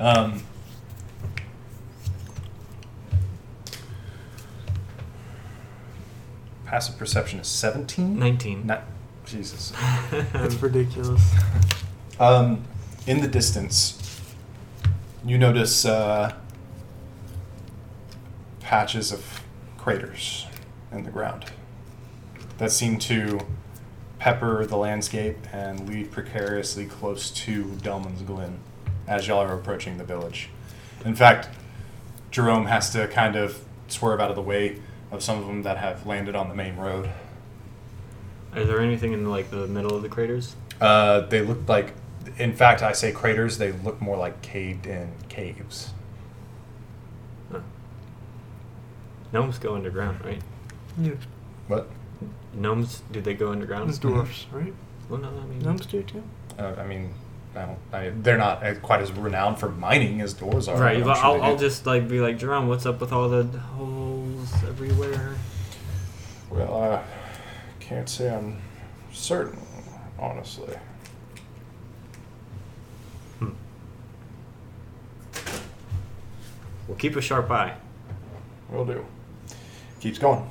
Um, passive perception is 17? 19. Not, Jesus. *laughs* That's ridiculous. Um, in the distance, you notice uh, patches of craters in the ground that seem to pepper the landscape and lead precariously close to Delman's Glen as y'all are approaching the village. In fact, Jerome has to kind of swerve out of the way of some of them that have landed on the main road. Are there anything in like the middle of the craters? Uh, they look like, in fact, I say craters. They look more like caved-in caves. Huh. Gnomes go underground, right? Yeah, What? Gnomes, do they go underground? it's dwarfs, right? *laughs* Well, no, I mean, Gnomes do too. Uh, I mean, I don't, I, they're not uh, quite as renowned for mining as doors are. Right, but I'm but sure I'll, they I'll do. just like be like, Jerome, what's up with all the holes everywhere? Well, I can't say I'm certain, honestly. Hmm. We'll keep a sharp eye. Will do. Keeps going.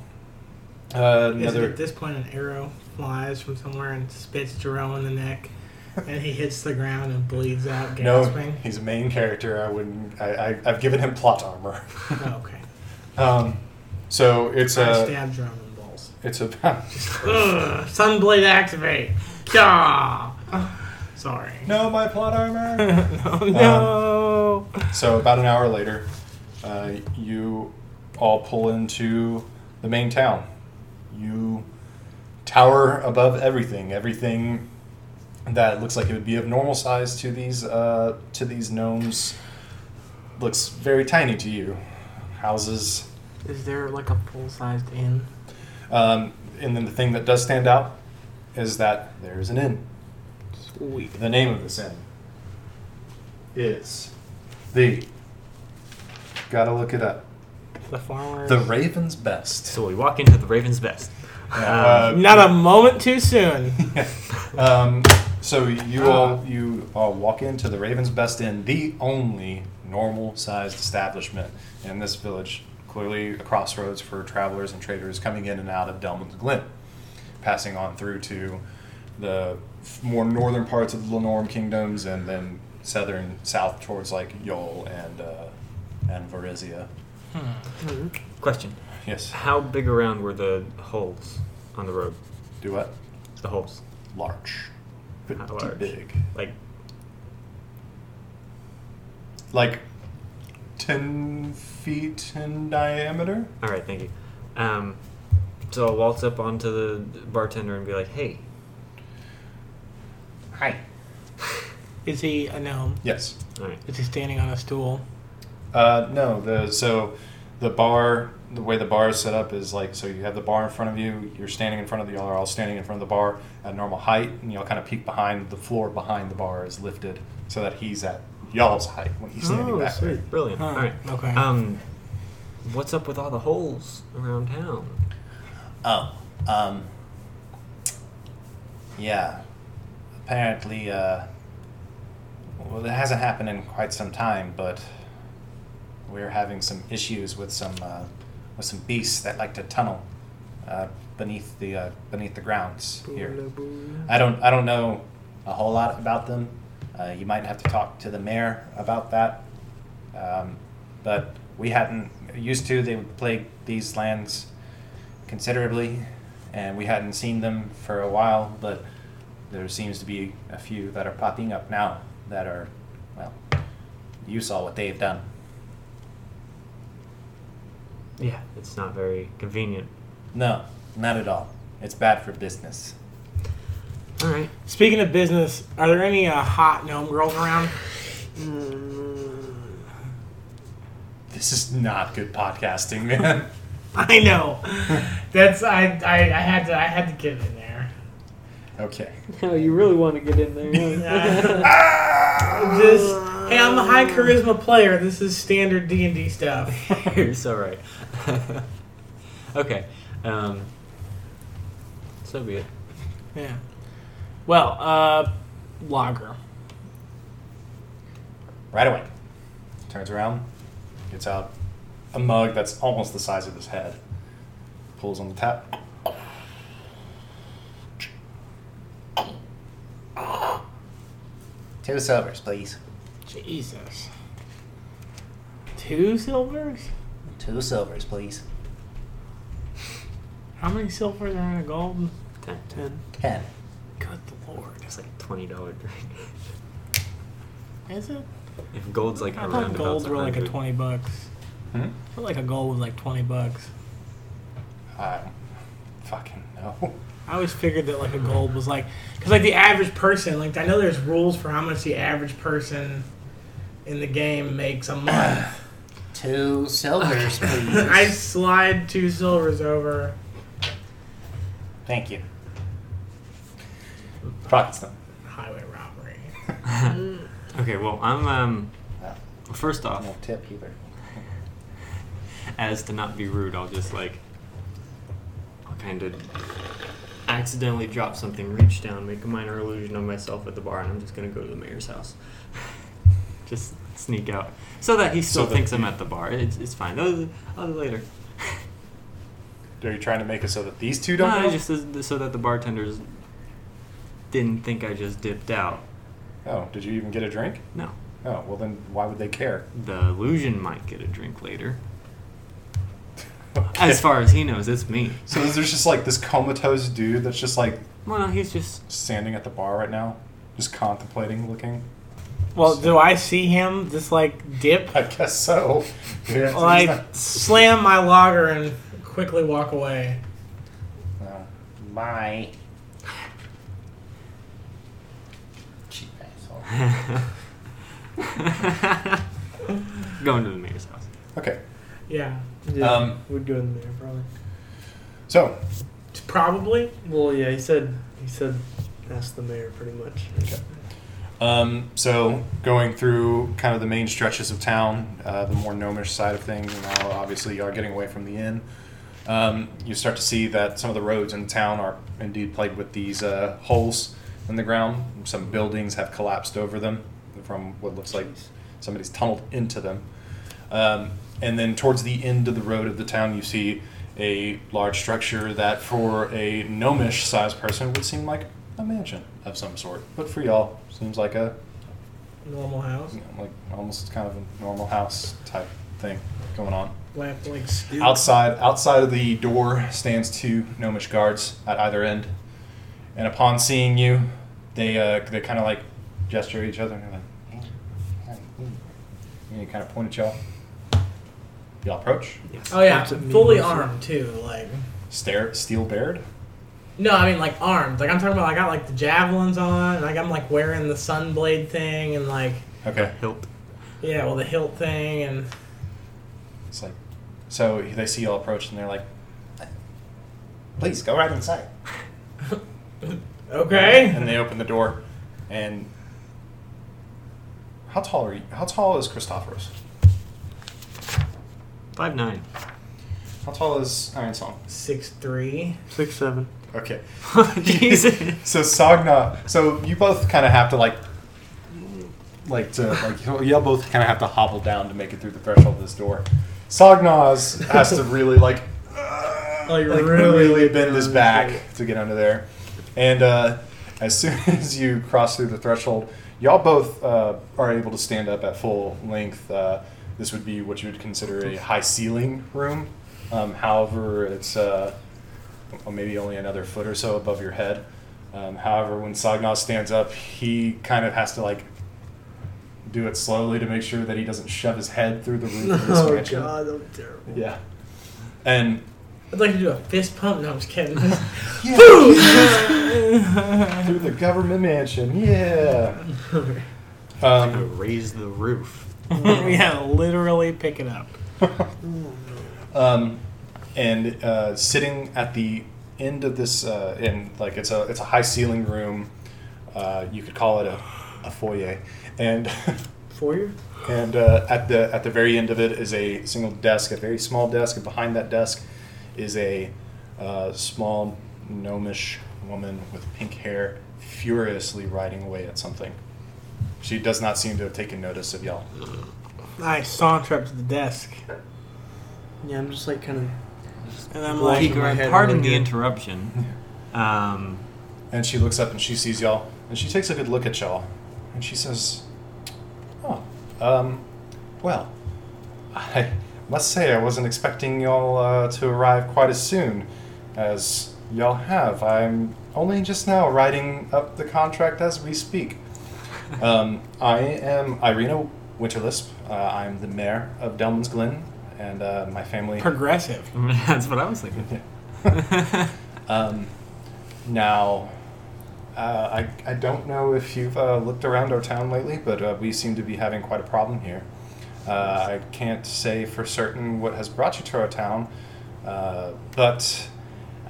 Uh, Isn't another. at this point an arrow flies from somewhere and spits Jerome in the neck, and *laughs* he hits the ground and bleeds out, No, gasping? he's a main character. I wouldn't. I, I, I've given him plot armor. *laughs* Oh, *laughs* okay. Um, so it's I a. stab Jerome in the balls. It's a. *laughs* Ugh, sunblade activate. Gah! Sorry. no, my plot *laughs* armor. no. Um, no. So about an hour later, uh, you all pull into the main town. You tower above everything. Everything that looks like it would be of normal size to these uh, to these gnomes looks very tiny to you. Houses, Is there like a full sized inn? um, and then the thing that does stand out is that there is an inn. Sweet. The name of this inn is the. Gotta look it up. The farmers. The Raven's Best. So we walk into the Raven's Best. Uh, Not a moment too soon. *laughs* Um, so you all you all walk into the Raven's Best Inn, the only normal-sized establishment in this village. Clearly, a crossroads for travelers and traders coming in and out of Delman's Glen, passing on through to the f- more northern parts of the Lenorm kingdoms, and then southern south towards like Yol and uh, and Varizia. Question: Yes. How big around were the holes on the road? Do what? The holes, Large. Pretty large? big. like Like ten feet in diameter. All right, thank you. Um, so I'll waltz up onto the bartender and be like, "Hey, Hi. Is he a gnome? Yes. all right, Is he standing on a stool? Uh, no, the so the bar, the way the bar is set up is like so you have the bar in front of you. You're standing in front of the, y'all are all standing in front of the bar at normal height, and y'all kind of peek behind the floor behind the bar is lifted so that he's at y'all's height when he's standing Oh, back there. sweet. brilliant, Huh, all right." Okay. Uh, Um, what's up with all the holes around town? Oh, um, yeah. Apparently, uh, well, it hasn't happened in quite some time, but we're having some issues with some uh, with some beasts that like to tunnel uh, beneath the uh, beneath the grounds Oh, here. I don't I don't know a whole lot about them. Uh, you might have to talk to the mayor about that. Um, but we hadn't used to. They would plague these lands considerably, and we hadn't seen them for a while. But there seems to be a few that are popping up now that are, well, you saw what they've done. Yeah, it's not very convenient. No, not at all. It's bad for business. All right, Speaking of business, are there any uh, hot gnome girls around? *laughs* This is not good podcasting, man. *laughs* I know. That's I, I I had to I had to get in there. okay. No, you really want to get in there. huh? *laughs* Ah! Just hey, I'm a high charisma player. This is standard D and D stuff. *laughs* you're so right. *laughs* okay, um, so be it. Yeah. Well, uh, lager. Right away. Turns around, gets out a mug that's almost the size of his head, pulls on the tap. Two silvers, please. Jesus. Two silvers? Two silvers, please. How many silvers are in a gold? Ten. Ten. Ten. Good lord. It's like twenty dollar drink. *laughs* Is it? if gold's like I around thought about golds were like a 100. twenty bucks. Hmm? I feel like a gold was like twenty bucks. I don't fucking know. I always figured that like a gold was like because like the average person like I know there's rules for how much the average person in the game makes a month. Two *laughs* silvers, please. I slide two silvers over. Thank you. Pockets them. Highway robbery. Okay, well I'm um. Well, First off, no tip either. as to not be rude, I'll just like I'll kind of accidentally drop something, reach down, make a minor illusion of myself at the bar, and I'm just gonna go to the mayor's house. *laughs* just sneak out so that he still So that thinks I'm at the bar. It's, it's fine. I'll, I'll later. Are you trying to make it so that these two No, don't I know? just so that the bartenders didn't think I just dipped out. Oh, did you even get a drink? No, Oh, well then why would they care? *laughs* the illusion might get a drink later. As far as he knows, it's me. So there's just like this comatose dude that's just like Well, no, he's just *laughs* standing at the bar right now, just contemplating, looking. *laughs* Well, do I see him just like dip, I guess so. *laughs* Yeah. like slam my lager and quickly walk away? No. Bye. Cheap asshole. going to the mayor's house. Okay, Yeah, Yeah, Um, would go in there probably. so probably. Well, yeah, he said he said ask the mayor pretty much. Um, so going through kind of the main stretches of town, uh, the more gnomish side of things, and now obviously you are getting away from the inn. Um, you start to see that some of the roads in town are indeed plagued with these uh, holes in the ground. Some buildings have collapsed over them from what looks like somebody's tunneled into them. Um, and then towards the end of the road of the town, you see a large structure that, for a gnomish sized person, would seem like a mansion of some sort. But for y'all, seems like a Normal house. you know, like almost kind of a normal house type thing going on. Lamp like stew. Outside, outside of the door stands two gnomish guards at either end, and upon seeing you, they uh, they kind of like gesture at each other and they're like, "Hey, hey, hey." and they kind of point at y'all. Y'all approach, Yes. Oh yeah, That's a fully mean shit. armed too. Like stare, steel bared. no, I mean like armed. Like I'm talking about. I got like the javelins on. And, like I'm like wearing the sunblade thing and like Okay, Hilt. yeah, well the hilt thing and it's like, so they see y'all approach and they're like, "Please go right inside." okay. And they open the door, and how tall are you? How tall is Christophorus? Five nine. How tall is Iron Song? Six three. Six seven. *laughs* Okay. Jesus. *laughs* So Sogna, so you both kind of have to like, like to like y'all- y'all both kind of have to hobble down to make it through the threshold of this door. Sogna's has to really like, like Like, really Oh, really get bend down his to back *laughs* it. to get under there, and uh, as soon *laughs* as you cross through the threshold, y'all both uh, are able to stand up at full length. Uh, this would be what you would consider a high ceiling room. Um, however, it's uh, well, maybe only another foot or so above your head. Um, however, when Sagna stands up, he kind of has to like do it slowly to make sure that he doesn't shove his head through the roof of this *laughs* Oh mansion. god, I'm terrible. Yeah, and I'd like to do a fist pump. No, I'm just kidding. *laughs* through the government mansion. Yeah. Um, Gonna raise the roof. *laughs* yeah, literally pick it up. um, and uh, sitting at the end of this, uh, in like it's a it's a high ceiling room. Uh, you could call it a, a foyer, and *laughs* For you? and uh, at the at the very end of it is a single desk, a very small desk, and behind that desk is a uh, small gnomish woman with pink hair, furiously writing away at something. She does not seem to have taken notice of y'all. I saunter up to the desk, Yeah, I'm just like kind of. and I'm Well, like, he- my head pardon really the good. interruption. Um, *laughs* And she looks up and she sees y'all, and she takes a good look at y'all, and she says, "Oh, um, well, I must say I wasn't expecting y'all uh, to arrive quite as soon as y'all have. I'm only just now writing up the contract as we speak. Um, I am Irina Winterlisp. Uh, I'm the mayor of Delmans Glen, and uh, my family." progressive. that's what I was thinking. Um, now, uh, I, I don't know if you've uh, looked around our town lately, but uh, we seem to be having quite a problem here. Uh, I can't say for certain what has brought you to our town, uh, but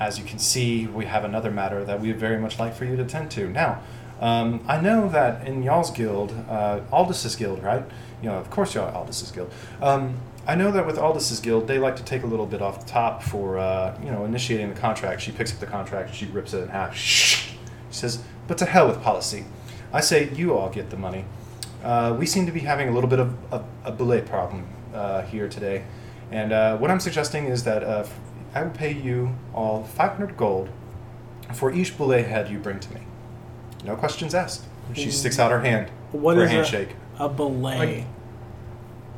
as you can see, we have another matter that we would very much like for you to tend to. Now, um, I know that in y'all's guild, uh, Aldus's guild, right? You know, of course, y'all Aldus's guild. Um, I know that with Aldus's guild, they like to take a little bit off the top for uh, you know initiating the contract. She picks up the contract, she rips it in half. She says, "But to hell with policy. I say you all get the money." Uh, we seem to be having a little bit of a, a bullet problem uh, here today. And uh, what I'm suggesting is that uh, f- I will pay you all 500 gold for each bullet head you bring to me. No questions asked. Mm. She sticks out her hand What for is a a- handshake. A belay.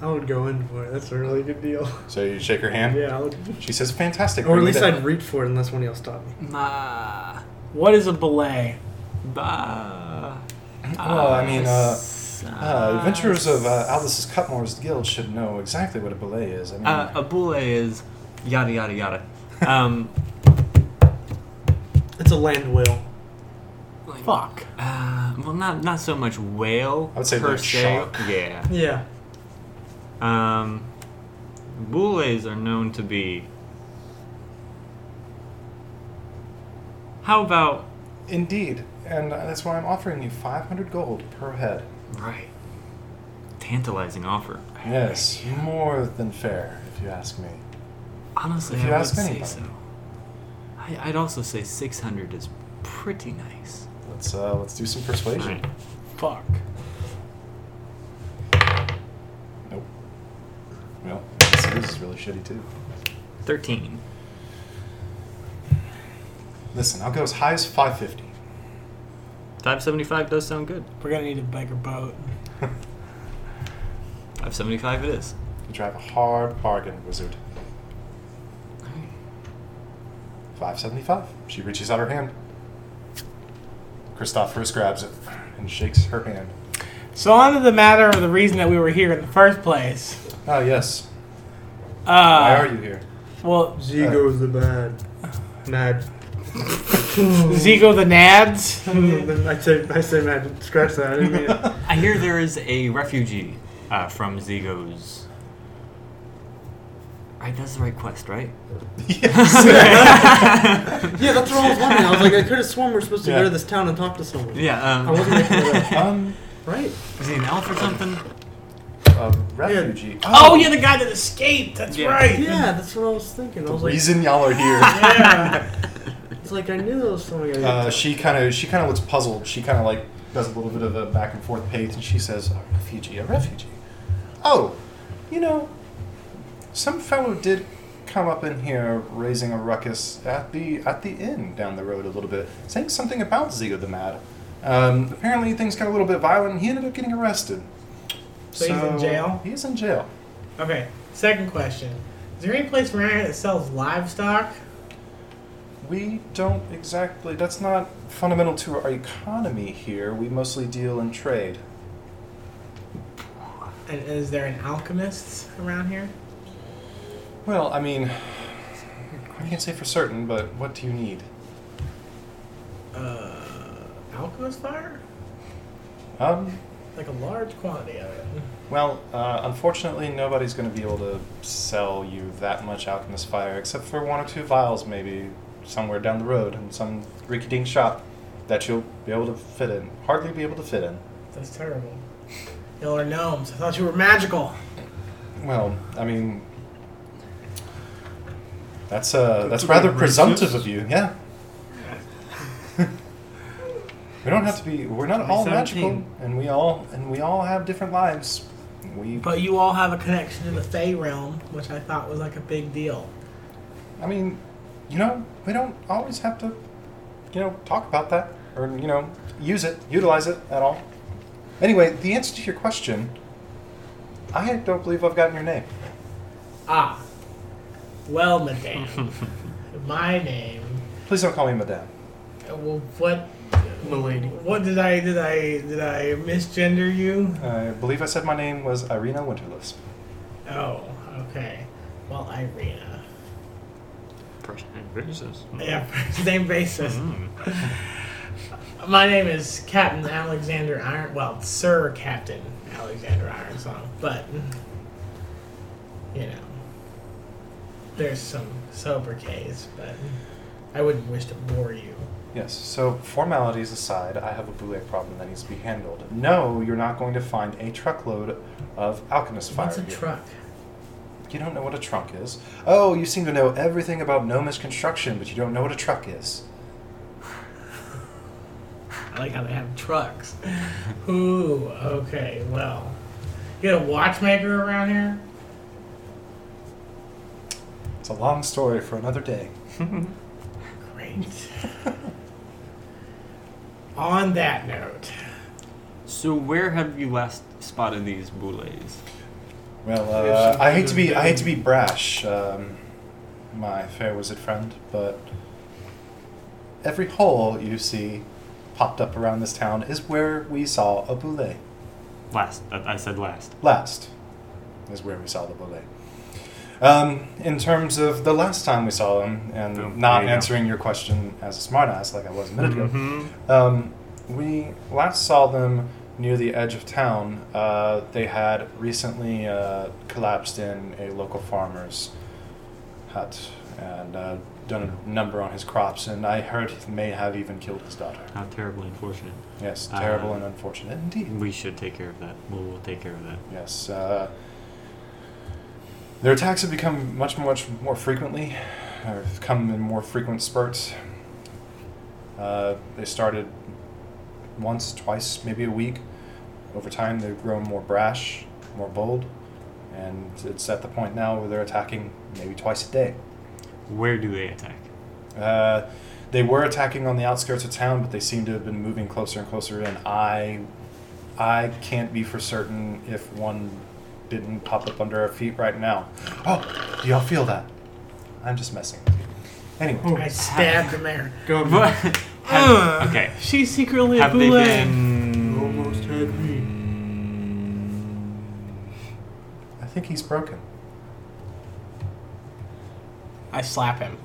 I would go in for it. That's a really good deal. So you shake her hand. Yeah, I would. She says, "Fantastic." Or at bring me least that." I'd reach for it unless one of y'all stopped me. Ma, What is a belay? ba. Well, I mean, uh, s- Uh, adventurers of uh, Aldous Cutmore's guild should know exactly what a belay is. I mean, *laughs* Uh, oh. a boule is yada yada yada. Um, *laughs* It's a land whale. like, Fuck. Uh, well, not not so much whale. I would say per like se. shark. Yeah. Yeah. Um, boules are known to be. How about indeed. and uh, that's why I'm offering you 500 gold per head. Right. Tantalizing offer. Yes, more than fair, if you ask me. Honestly, If you I would ask say anybody. so. I, I'd also say 600 is pretty nice. Let's uh, let's do some persuasion. Alright. Fuck. Nope. Well, this is really shitty too. 13. Listen, I'll go as high as 550. 575 does sound good. We're gonna need a bigger boat. 575 it is. You drive a hard bargain, wizard. 575. She reaches out her hand. Christophorus grabs it and shakes her hand. So on to the matter of the reason that we were here in the first place. Ah, yes. Uh, Why are you here? Well, Zigo's the bad. Mad. Zigo the Nads. *laughs* I say, I say mad. Scratch that. I didn't mean it. I hear there is a refugee uh, from Zigo's. Right, that's the right quest, right? *laughs* Yeah, that's what I was wondering. I was like, I could have sworn we're supposed to Yeah. go to this town and talk to someone. *laughs* Yeah, um, I wasn't making it um, Right. *laughs* is he an elf or something? a refugee. Oh, yeah, the guy that escaped. That's Yeah. right. Yeah, that's what I was thinking. I The was like, reason y'all are here. it's like I knew there was someone. I Uh, she kind of she kind of looks puzzled. She kind of like does a little bit of a back and forth pace, and she says, "A refugee, a refugee." Oh, you know, some fellow did come up in here raising a ruckus at the at the inn down the road a little bit, saying something about Zigo the Mad. Um, apparently, things got a little bit violent, and he ended up getting arrested. So he's in jail? He's in jail. Okay. Second question: Is there any place around here that sells livestock? We don't exactly. That's not fundamental to our economy here. We mostly deal in trade. And is there an alchemist around here? Well, I mean, I can't say for certain, but what do you need? Uh, alchemist fire? Um, Like a large quantity of it. well, uh, unfortunately, nobody's going to be able to sell you that much alchemist fire, except for one or two vials, maybe somewhere down the road in some rinky-dink shop that you'll be able to fit in. Hardly be able to fit in. That's terrible. Y'all are gnomes. I thought you were magical. Well, I mean, that's uh, that's rather presumptive of you. Yeah. *laughs* we don't have to be. We're not all magical, 2017. and we all and we all have different lives. We. But you all have a connection to the Fey realm, which I thought was like a big deal. I mean, you know, we don't always have to, you know, talk about that or you know, use it, utilize it at all. Anyway, the answer to your question, I don't believe I've gotten your name. Ah. Well, *laughs* madame. my name. Please don't call me Madame. uh, Well, what? Milady. What did I did I did I misgender you? I believe I said my name was Irina Winterlist. Oh, okay. Well, Irina. Person versus. Yeah, *laughs* first name basis. Mm. My name is Captain Alexander Iron. Well, Sir Captain Alexander Ironsong, but you know, there's some sobriquets, but I wouldn't wish to bore you. Yes, so formalities aside, I have a boule problem that needs to be handled. No, you're not going to find a truckload of alchemist fire. What's a here. truck? You don't know what a trunk is. Oh, you seem to know everything about gnomish construction, but you don't know what a truck is. I like how they have trucks. *laughs* Ooh, okay, well, you got a watchmaker around here? It's a long story for another day. Great. On that note, So where have you last spotted these boulets? Well, We have uh, some I hate to good be I hate to be brash, um, my fair wizard friend, but every hole you see popped up around this town is where we saw a boule. Last. I I said last. last is where we saw the bullet. Um, in terms of the last time we saw him, and Boom. not Oh, There you go. answering your question as a smartass like I was a minute ago, Mhm. um, we last saw them near the edge of town. Uh, they had recently uh, collapsed in a local farmer's hut, and uh, done Mm. a number on his crops, and I heard he may have even killed his daughter. How terribly unfortunate. Yes, Uh, terrible and unfortunate indeed. We should take care of that. We'll, we'll take care of that. Yes. Uh, their attacks have become much, much more frequently, or have come in more frequent spurts. Uh, they started once, twice, maybe a week. Over time, they've grown more brash, more bold, and it's at the point now where they're attacking maybe twice a day. Where do they attack? Uh, they were attacking on the outskirts of town, but they seem to have been moving closer and closer in. I, I can't be for certain if one didn't pop up under our feet right now. Oh, do y'all feel that? I'm just messing with you. Anyway, oh, I stabbed the mayor. *laughs* Go. *sighs* Have- okay. She's secretly Have a they boule. been? Almost had me. I think he's broken. I slap him.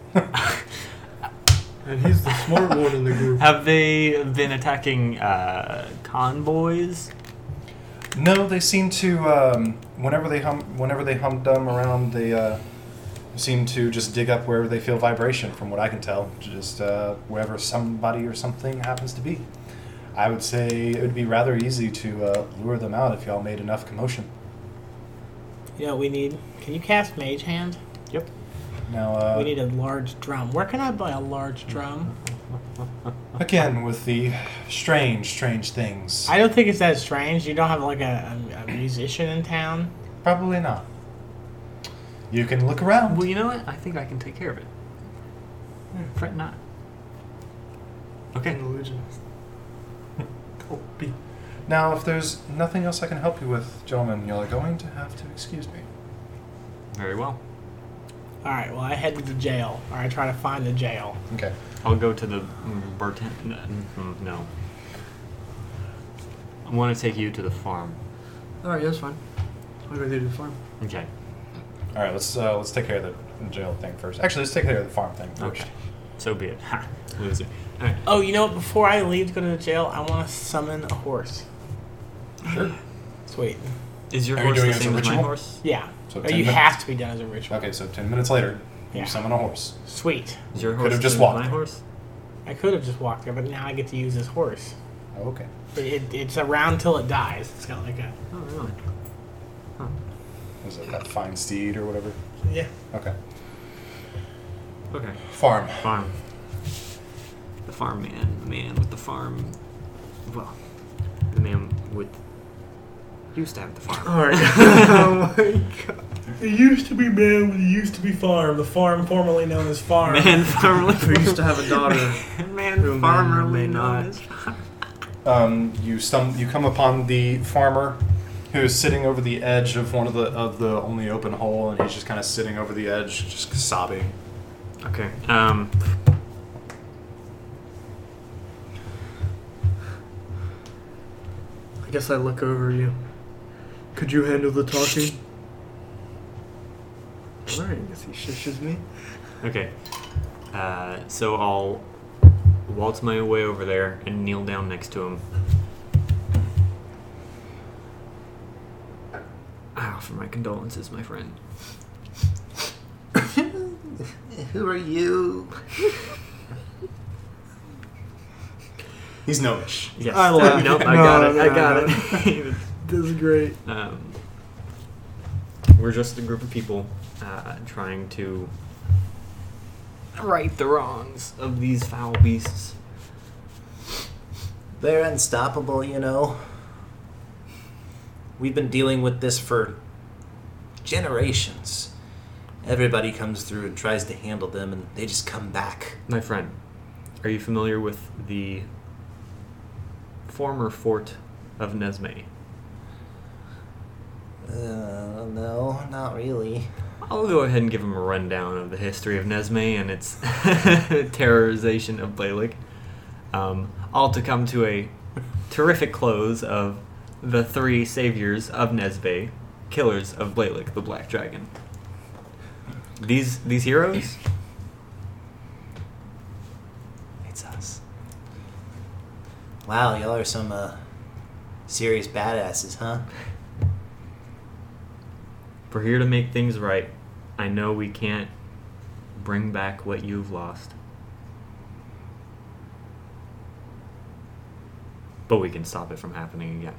And he's the smart one in the group. Have they been attacking uh, convoys? No, they seem to. Um, whenever they hum, whenever they hump dumb around, they uh, seem to just dig up wherever they feel vibration. From what I can tell, just uh, wherever somebody or something happens to be. I would say it would be rather easy to uh, lure them out if y'all made enough commotion. You know what we need? Can you cast Mage Hand? Yep. Now, uh, we need a large drum. Where can I buy a large drum? again with the strange, strange things. I don't think it's that strange. You don't have like a, a, a musician in town. Probably not. You can look around. Well, you know what? I think I can take care of it. Hmm. Fret not. Okay. Oh, Now, if there's nothing else I can help you with, gentlemen, y'all are going to have to excuse me. Very well. All right. Well, I head to the jail, or I try to find the jail. Okay. I'll go to the mm, bartend. n- mm, No. I want to take you to the farm. Alright, Oh, that's fine. I'll go do the *laughs* farm. Okay. All right, let's uh, let's take care of the jail thing first. Actually, let's take care of the farm thing first. Okay. So be it. Ha. Loser. All right. Oh, you know what? Before I leave to go to the jail, I want to summon a horse. Sure. Sweet. Is your Are you horse doing it the as a same as my ritual? horse? Yeah. So Or 10 you minutes. have to be done as a ritual. Okay, so ten minutes later, Yeah. you summon a horse. Sweet. Is your Could horse have the just same as walked. my horse? I could have just walked there, but now I get to use his horse. Oh, okay. It, it, it's around till it dies. It's got like a. Oh, really? Is it that fine steed or whatever? Yeah. Okay. Okay. Farm. Farm. The farm man. The man with the farm. Well, the man with. You stabbed the farm. *laughs* Alright. oh *laughs* my god. It used to be man when it used to be farm. The farm formerly known as farm. Man, farmer. *laughs* Who used to have a daughter. Man, Who farmer may may or may not. Um, you stum- You come upon the farmer who is sitting over the edge of one of the of the only open hole, and he's just kind of sitting over the edge, just sobbing. Okay. Um. I guess I look over you. Could you handle the talking? Alright, I guess he shushes me. Okay. Uh, so I'll waltz my way over there and kneel down next to him. I offer my condolences, my friend. Who are you? He's gnomish. Yes. I *laughs* love- Nope, I No, got it. I no, got no. *laughs* *laughs* it. This is great. um, we're just a group of people uh, trying to right the wrongs of these foul beasts. They're unstoppable, you know. We've been dealing with this for generations. Everybody comes through and tries to handle them, and they just come back. My friend, are you familiar with the former fort of Nesme? Uh, no, not really. I'll go ahead and give him a rundown of the history of Nesme and its *laughs* terrorization of Blalik. Um, all to come to a terrific close of the three saviors of Nesbe, killers of Blalik, the Black Dragon. These these heroes, It's us. Wow, y'all are some uh, serious badasses, huh? we're here to make things right. I know we can't bring back what you've lost. But we can stop it from happening again.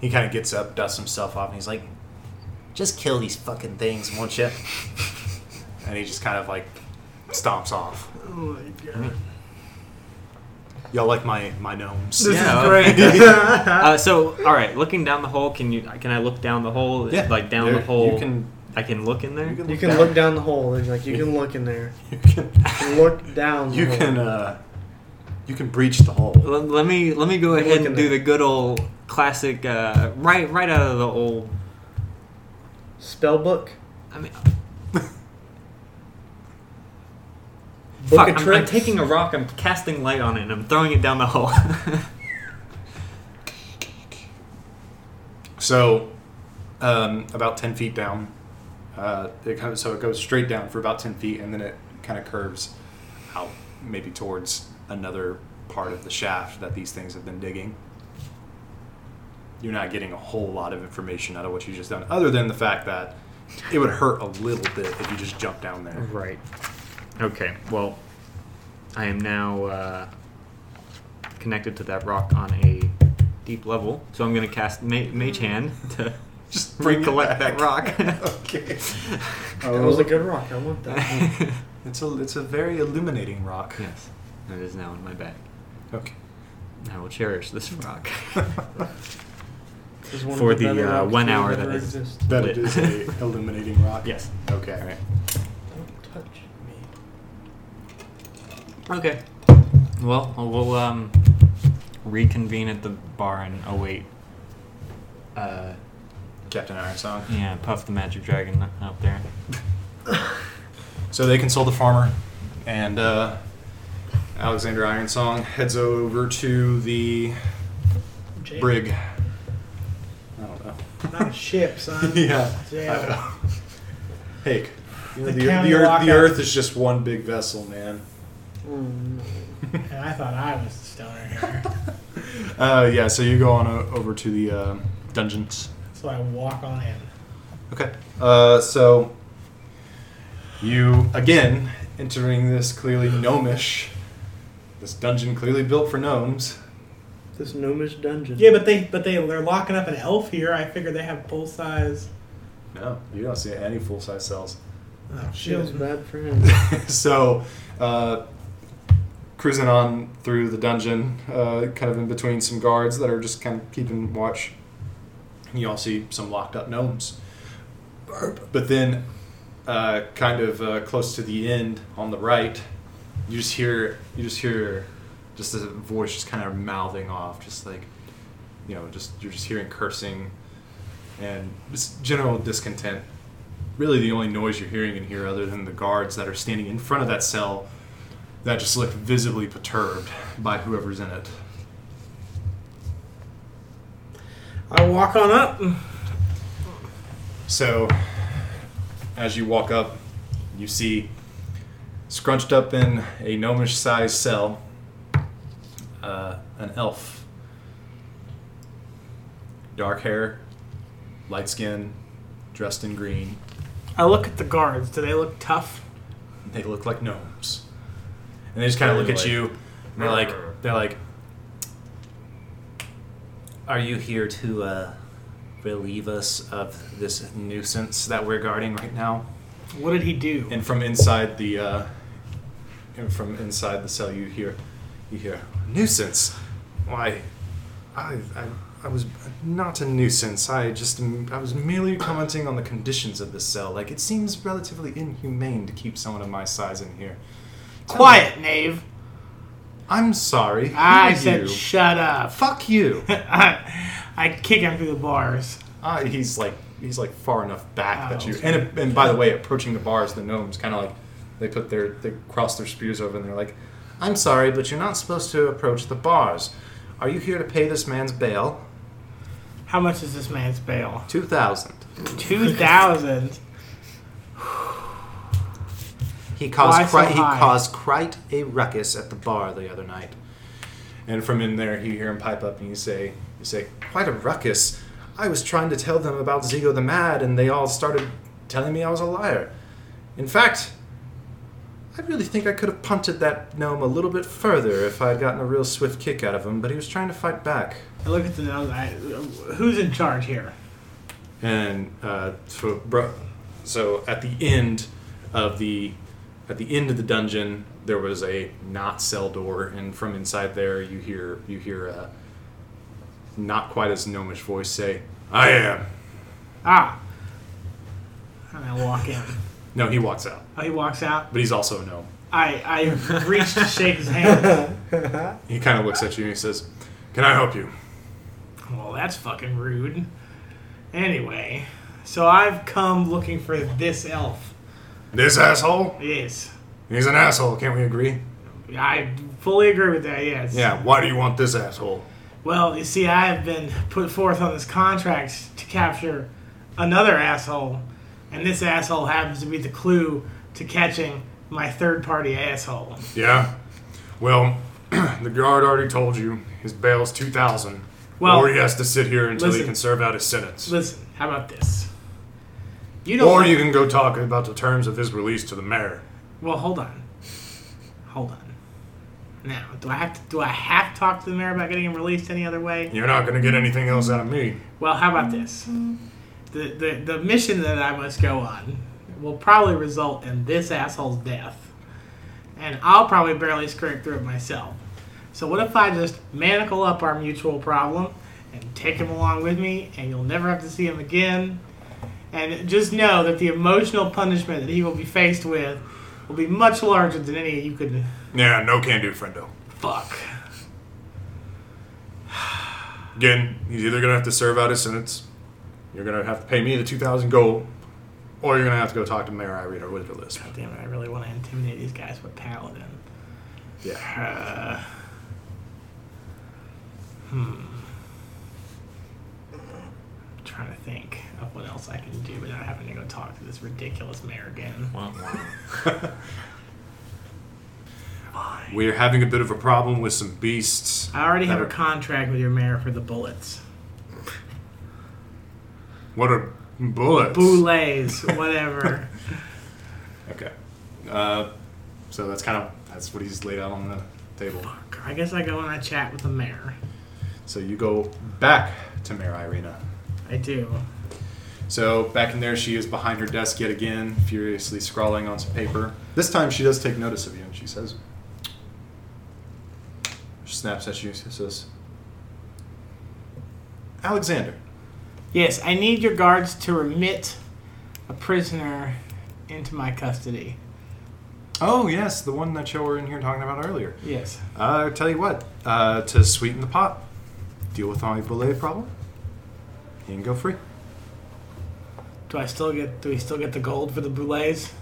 He kind of gets up, dusts himself off, and he's like, Just kill these fucking things, won't you? *laughs* and he just kind of like stomps off. Oh my Hmm. god. Y'all like my my gnomes? This Yeah. *laughs* is great. Uh, so, all right, looking down the hole, can you? Can I look down the hole? like down There- the hole. You can. I can look in there. You can You can look down the hole. There's like you can look in there. You can. Look down. The You hole. can. Uh, you can breach the hole. Let, let me let me go Look ahead in and do there. the good old classic. Uh, right right out of the old. spell book. I mean, Book fuck! of I'm, I'm tricks. taking a rock. I'm casting light on it, and I'm throwing it down the hole. *laughs* So, um, about ten feet down, uh, it kind of, so it goes straight down for about ten feet, and then it kind of curves out, maybe towards another part of the shaft that these things have been digging. You're not getting a whole lot of information out of what you just done, other than the fact that it would hurt a little bit if you just jumped down there. Right. Okay, well, I am now uh, connected to that rock on a deep level, so I'm going to cast ma- Mage Hand to Mm. *laughs* Just bring it *laughs* *laughs* recollect back. Oh, that rock. okay. *laughs* *laughs* That was a good rock. I want that. It's a it's a very illuminating rock. yes, that is now in my bag. Okay. I will cherish this *laughs* rock. This is one of For the, better uh, rocks one that hour ever that is- *laughs* exist. that Lit. *laughs* it is a illuminating rock. yes. Okay. All right. Don't touch me. Okay. Well, we'll um, reconvene at the bar and await. Uh, Captain Ironsong. yeah, Puff the Magic Dragon out there. So they console the farmer, and uh, Alexander Ironsong heads over to the Jake. brig. I don't know. *laughs* Not a ship, son. yeah. Yeah. I don't know. *laughs* Hey, you know, The the, the, county earth, lockup. the earth is just one big vessel, man. And I thought I was the stoner here. Uh, yeah, so you go on o- over to the uh, dungeons. so I walk on in. Okay. Uh, so you again entering this clearly gnomish, this dungeon clearly built for gnomes. This gnomish dungeon. Yeah, but they but they they're locking up an elf here. I figure they have full size. No, you don't see any full size cells. Oh, Feels shields. bad *laughs* for him. *laughs* so uh, cruising on through the dungeon, uh, kind of in between some guards that are just kind of keeping watch. You all see some locked up gnomes. But then, uh, kind of uh, close to the end on the right, you just hear you just hear just a voice just kind of mouthing off, just like you know, just you're just hearing cursing and just general discontent really the only noise you're hearing in here other than the guards that are standing in front of that cell that just look visibly perturbed by whoever's in it. I walk on up. So, as you walk up, you see scrunched up in a gnomish sized cell uh, an elf. Dark hair, light skin, dressed in green. I look at the guards. Do they look tough? they look like gnomes. And they just kind of look at you. And they're like, they're like, Are you here to uh, relieve us of this nuisance that we're guarding right now? What did he do? and from inside the, uh, and from inside the cell, you hear, you hear nuisance. Why, I, I, I was not a nuisance. I just, I was merely commenting on the conditions of this cell. Like it seems relatively inhumane to keep someone of my size in here. Tell me- Quiet, knave. I'm sorry. Who I are said, you? shut up. fuck *laughs* you. I, I kick him through the bars. Uh, he's like he's like far enough back that Oh, you okay. and, and by the way, approaching the bars, the gnomes kind of like they put their they cross their spears over and they're like, "I'm sorry, but you're not supposed to approach the bars. Are you here to pay this man's bail? How much is this man's bail? Two thousand. Two thousand. He caused Why so quite, he high? caused quite a ruckus at the bar the other The night." And from in there, you hear him pipe up and you say, "You say quite a ruckus. I was trying to tell them about Zigo the Mad, and they all started telling me I was a liar. In fact, I really think I could have punted that gnome a little bit further if I had gotten a real swift kick out of him, but he was trying to fight back. I look at the nose. I, who's in charge here? and uh, so, bro- so at the end of the at the end of the dungeon there was a not cell door and from inside there you hear you hear a not quite as gnomish voice say i am Ah. And I walk in. no he walks out Oh, he walks out. but he's also a gnome I, I reach to shake his hand. he kind of looks at you and he says can i help you Well, that's fucking rude. Anyway, so I've come looking for this elf. this asshole Yes. he's an asshole can't we agree I fully agree with that, yes. yeah why do you want this asshole Well, you see, I have been put forth on this contract to capture another asshole, and this asshole happens to be the clue to catching my third party asshole. yeah well *clears throat* the guard already told you his bail's 2000 Well, or he has to sit here until he listen. can serve out his sentence. listen, how about this? You don't. Or you can go talk about the terms of his release to the mayor. Well, hold on. Hold on. Now, do I have to do I have to talk to the mayor about getting him released any other way? You're not going to get anything else out of me. Well, how about this? The, the the mission that I must go on will probably result in this asshole's death, and I'll probably barely scrape through it myself. So what if I just manacle up our mutual problem and take him along with me, and you'll never have to see him again? And just know that the emotional punishment that he will be faced with will be much larger than any you could Yeah, no can do, friendo. fuck. Again, he's either going to have to serve out his sentence, you're going to have to pay me the 2,000 gold, or you're going to have to go talk to Mayor Irene or Witherless. God damn it! I really want to intimidate these guys with paladin. Yeah. Uh, hmm. Trying to think of what else I can do without having to go talk to this ridiculous mayor again. We're having a bit of a problem with some beasts. I already have a Better. contract with your mayor for the bullets, What are bullets? boulets, whatever. Okay. Uh, so that's kind of that's what he's laid out on the table. I guess I go and I chat with the mayor. So you go back to Mayor Irina. I do. So back in there, she is behind her desk yet again, furiously scrawling on some paper. This time she does take notice of you and she says, she snaps at you and she says, Alexander. Yes, I need your guards to remit a prisoner into my custody. Oh, yes, the one that you were in here talking about earlier. Yes. Uh, tell you what, uh, to sweeten the pot, deal with my bullet problem, you can go free. Do I still get? Do we still get the gold for the boulets?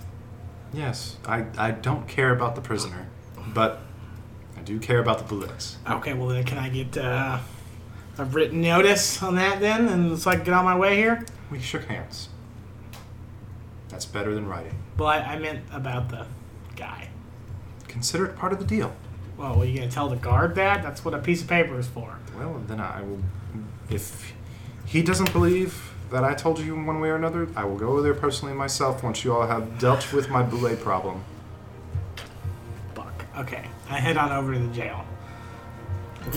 Yes, I, I don't care about the prisoner, but I do care about the bullets. Okay, well then, can I get uh, a written notice on that then, and so I can get on my way here? We shook hands. That's better than writing. Well, I, I meant about the guy. Consider it part of the deal. Well, were you gonna tell the guard that? That's what a piece of paper is for. Well, then I will. If he doesn't believe that I told you in one way or another, I will go there personally myself once you all have dealt with my boulet problem. Fuck. Okay, I head on over to the jail.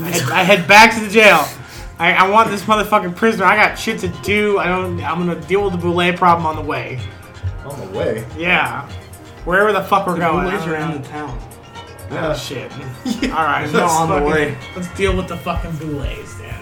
I head, I head back to the jail. I, I want this motherfucking prisoner. I got shit to do. I don't. I'm gonna deal with the boulet problem on the way. On the way. Yeah. Wherever the fuck we're going. I boulets don't are know. Oh, in the town. Yeah. *laughs* Shit. All right. on the way. Let's deal with the fucking boulets, then.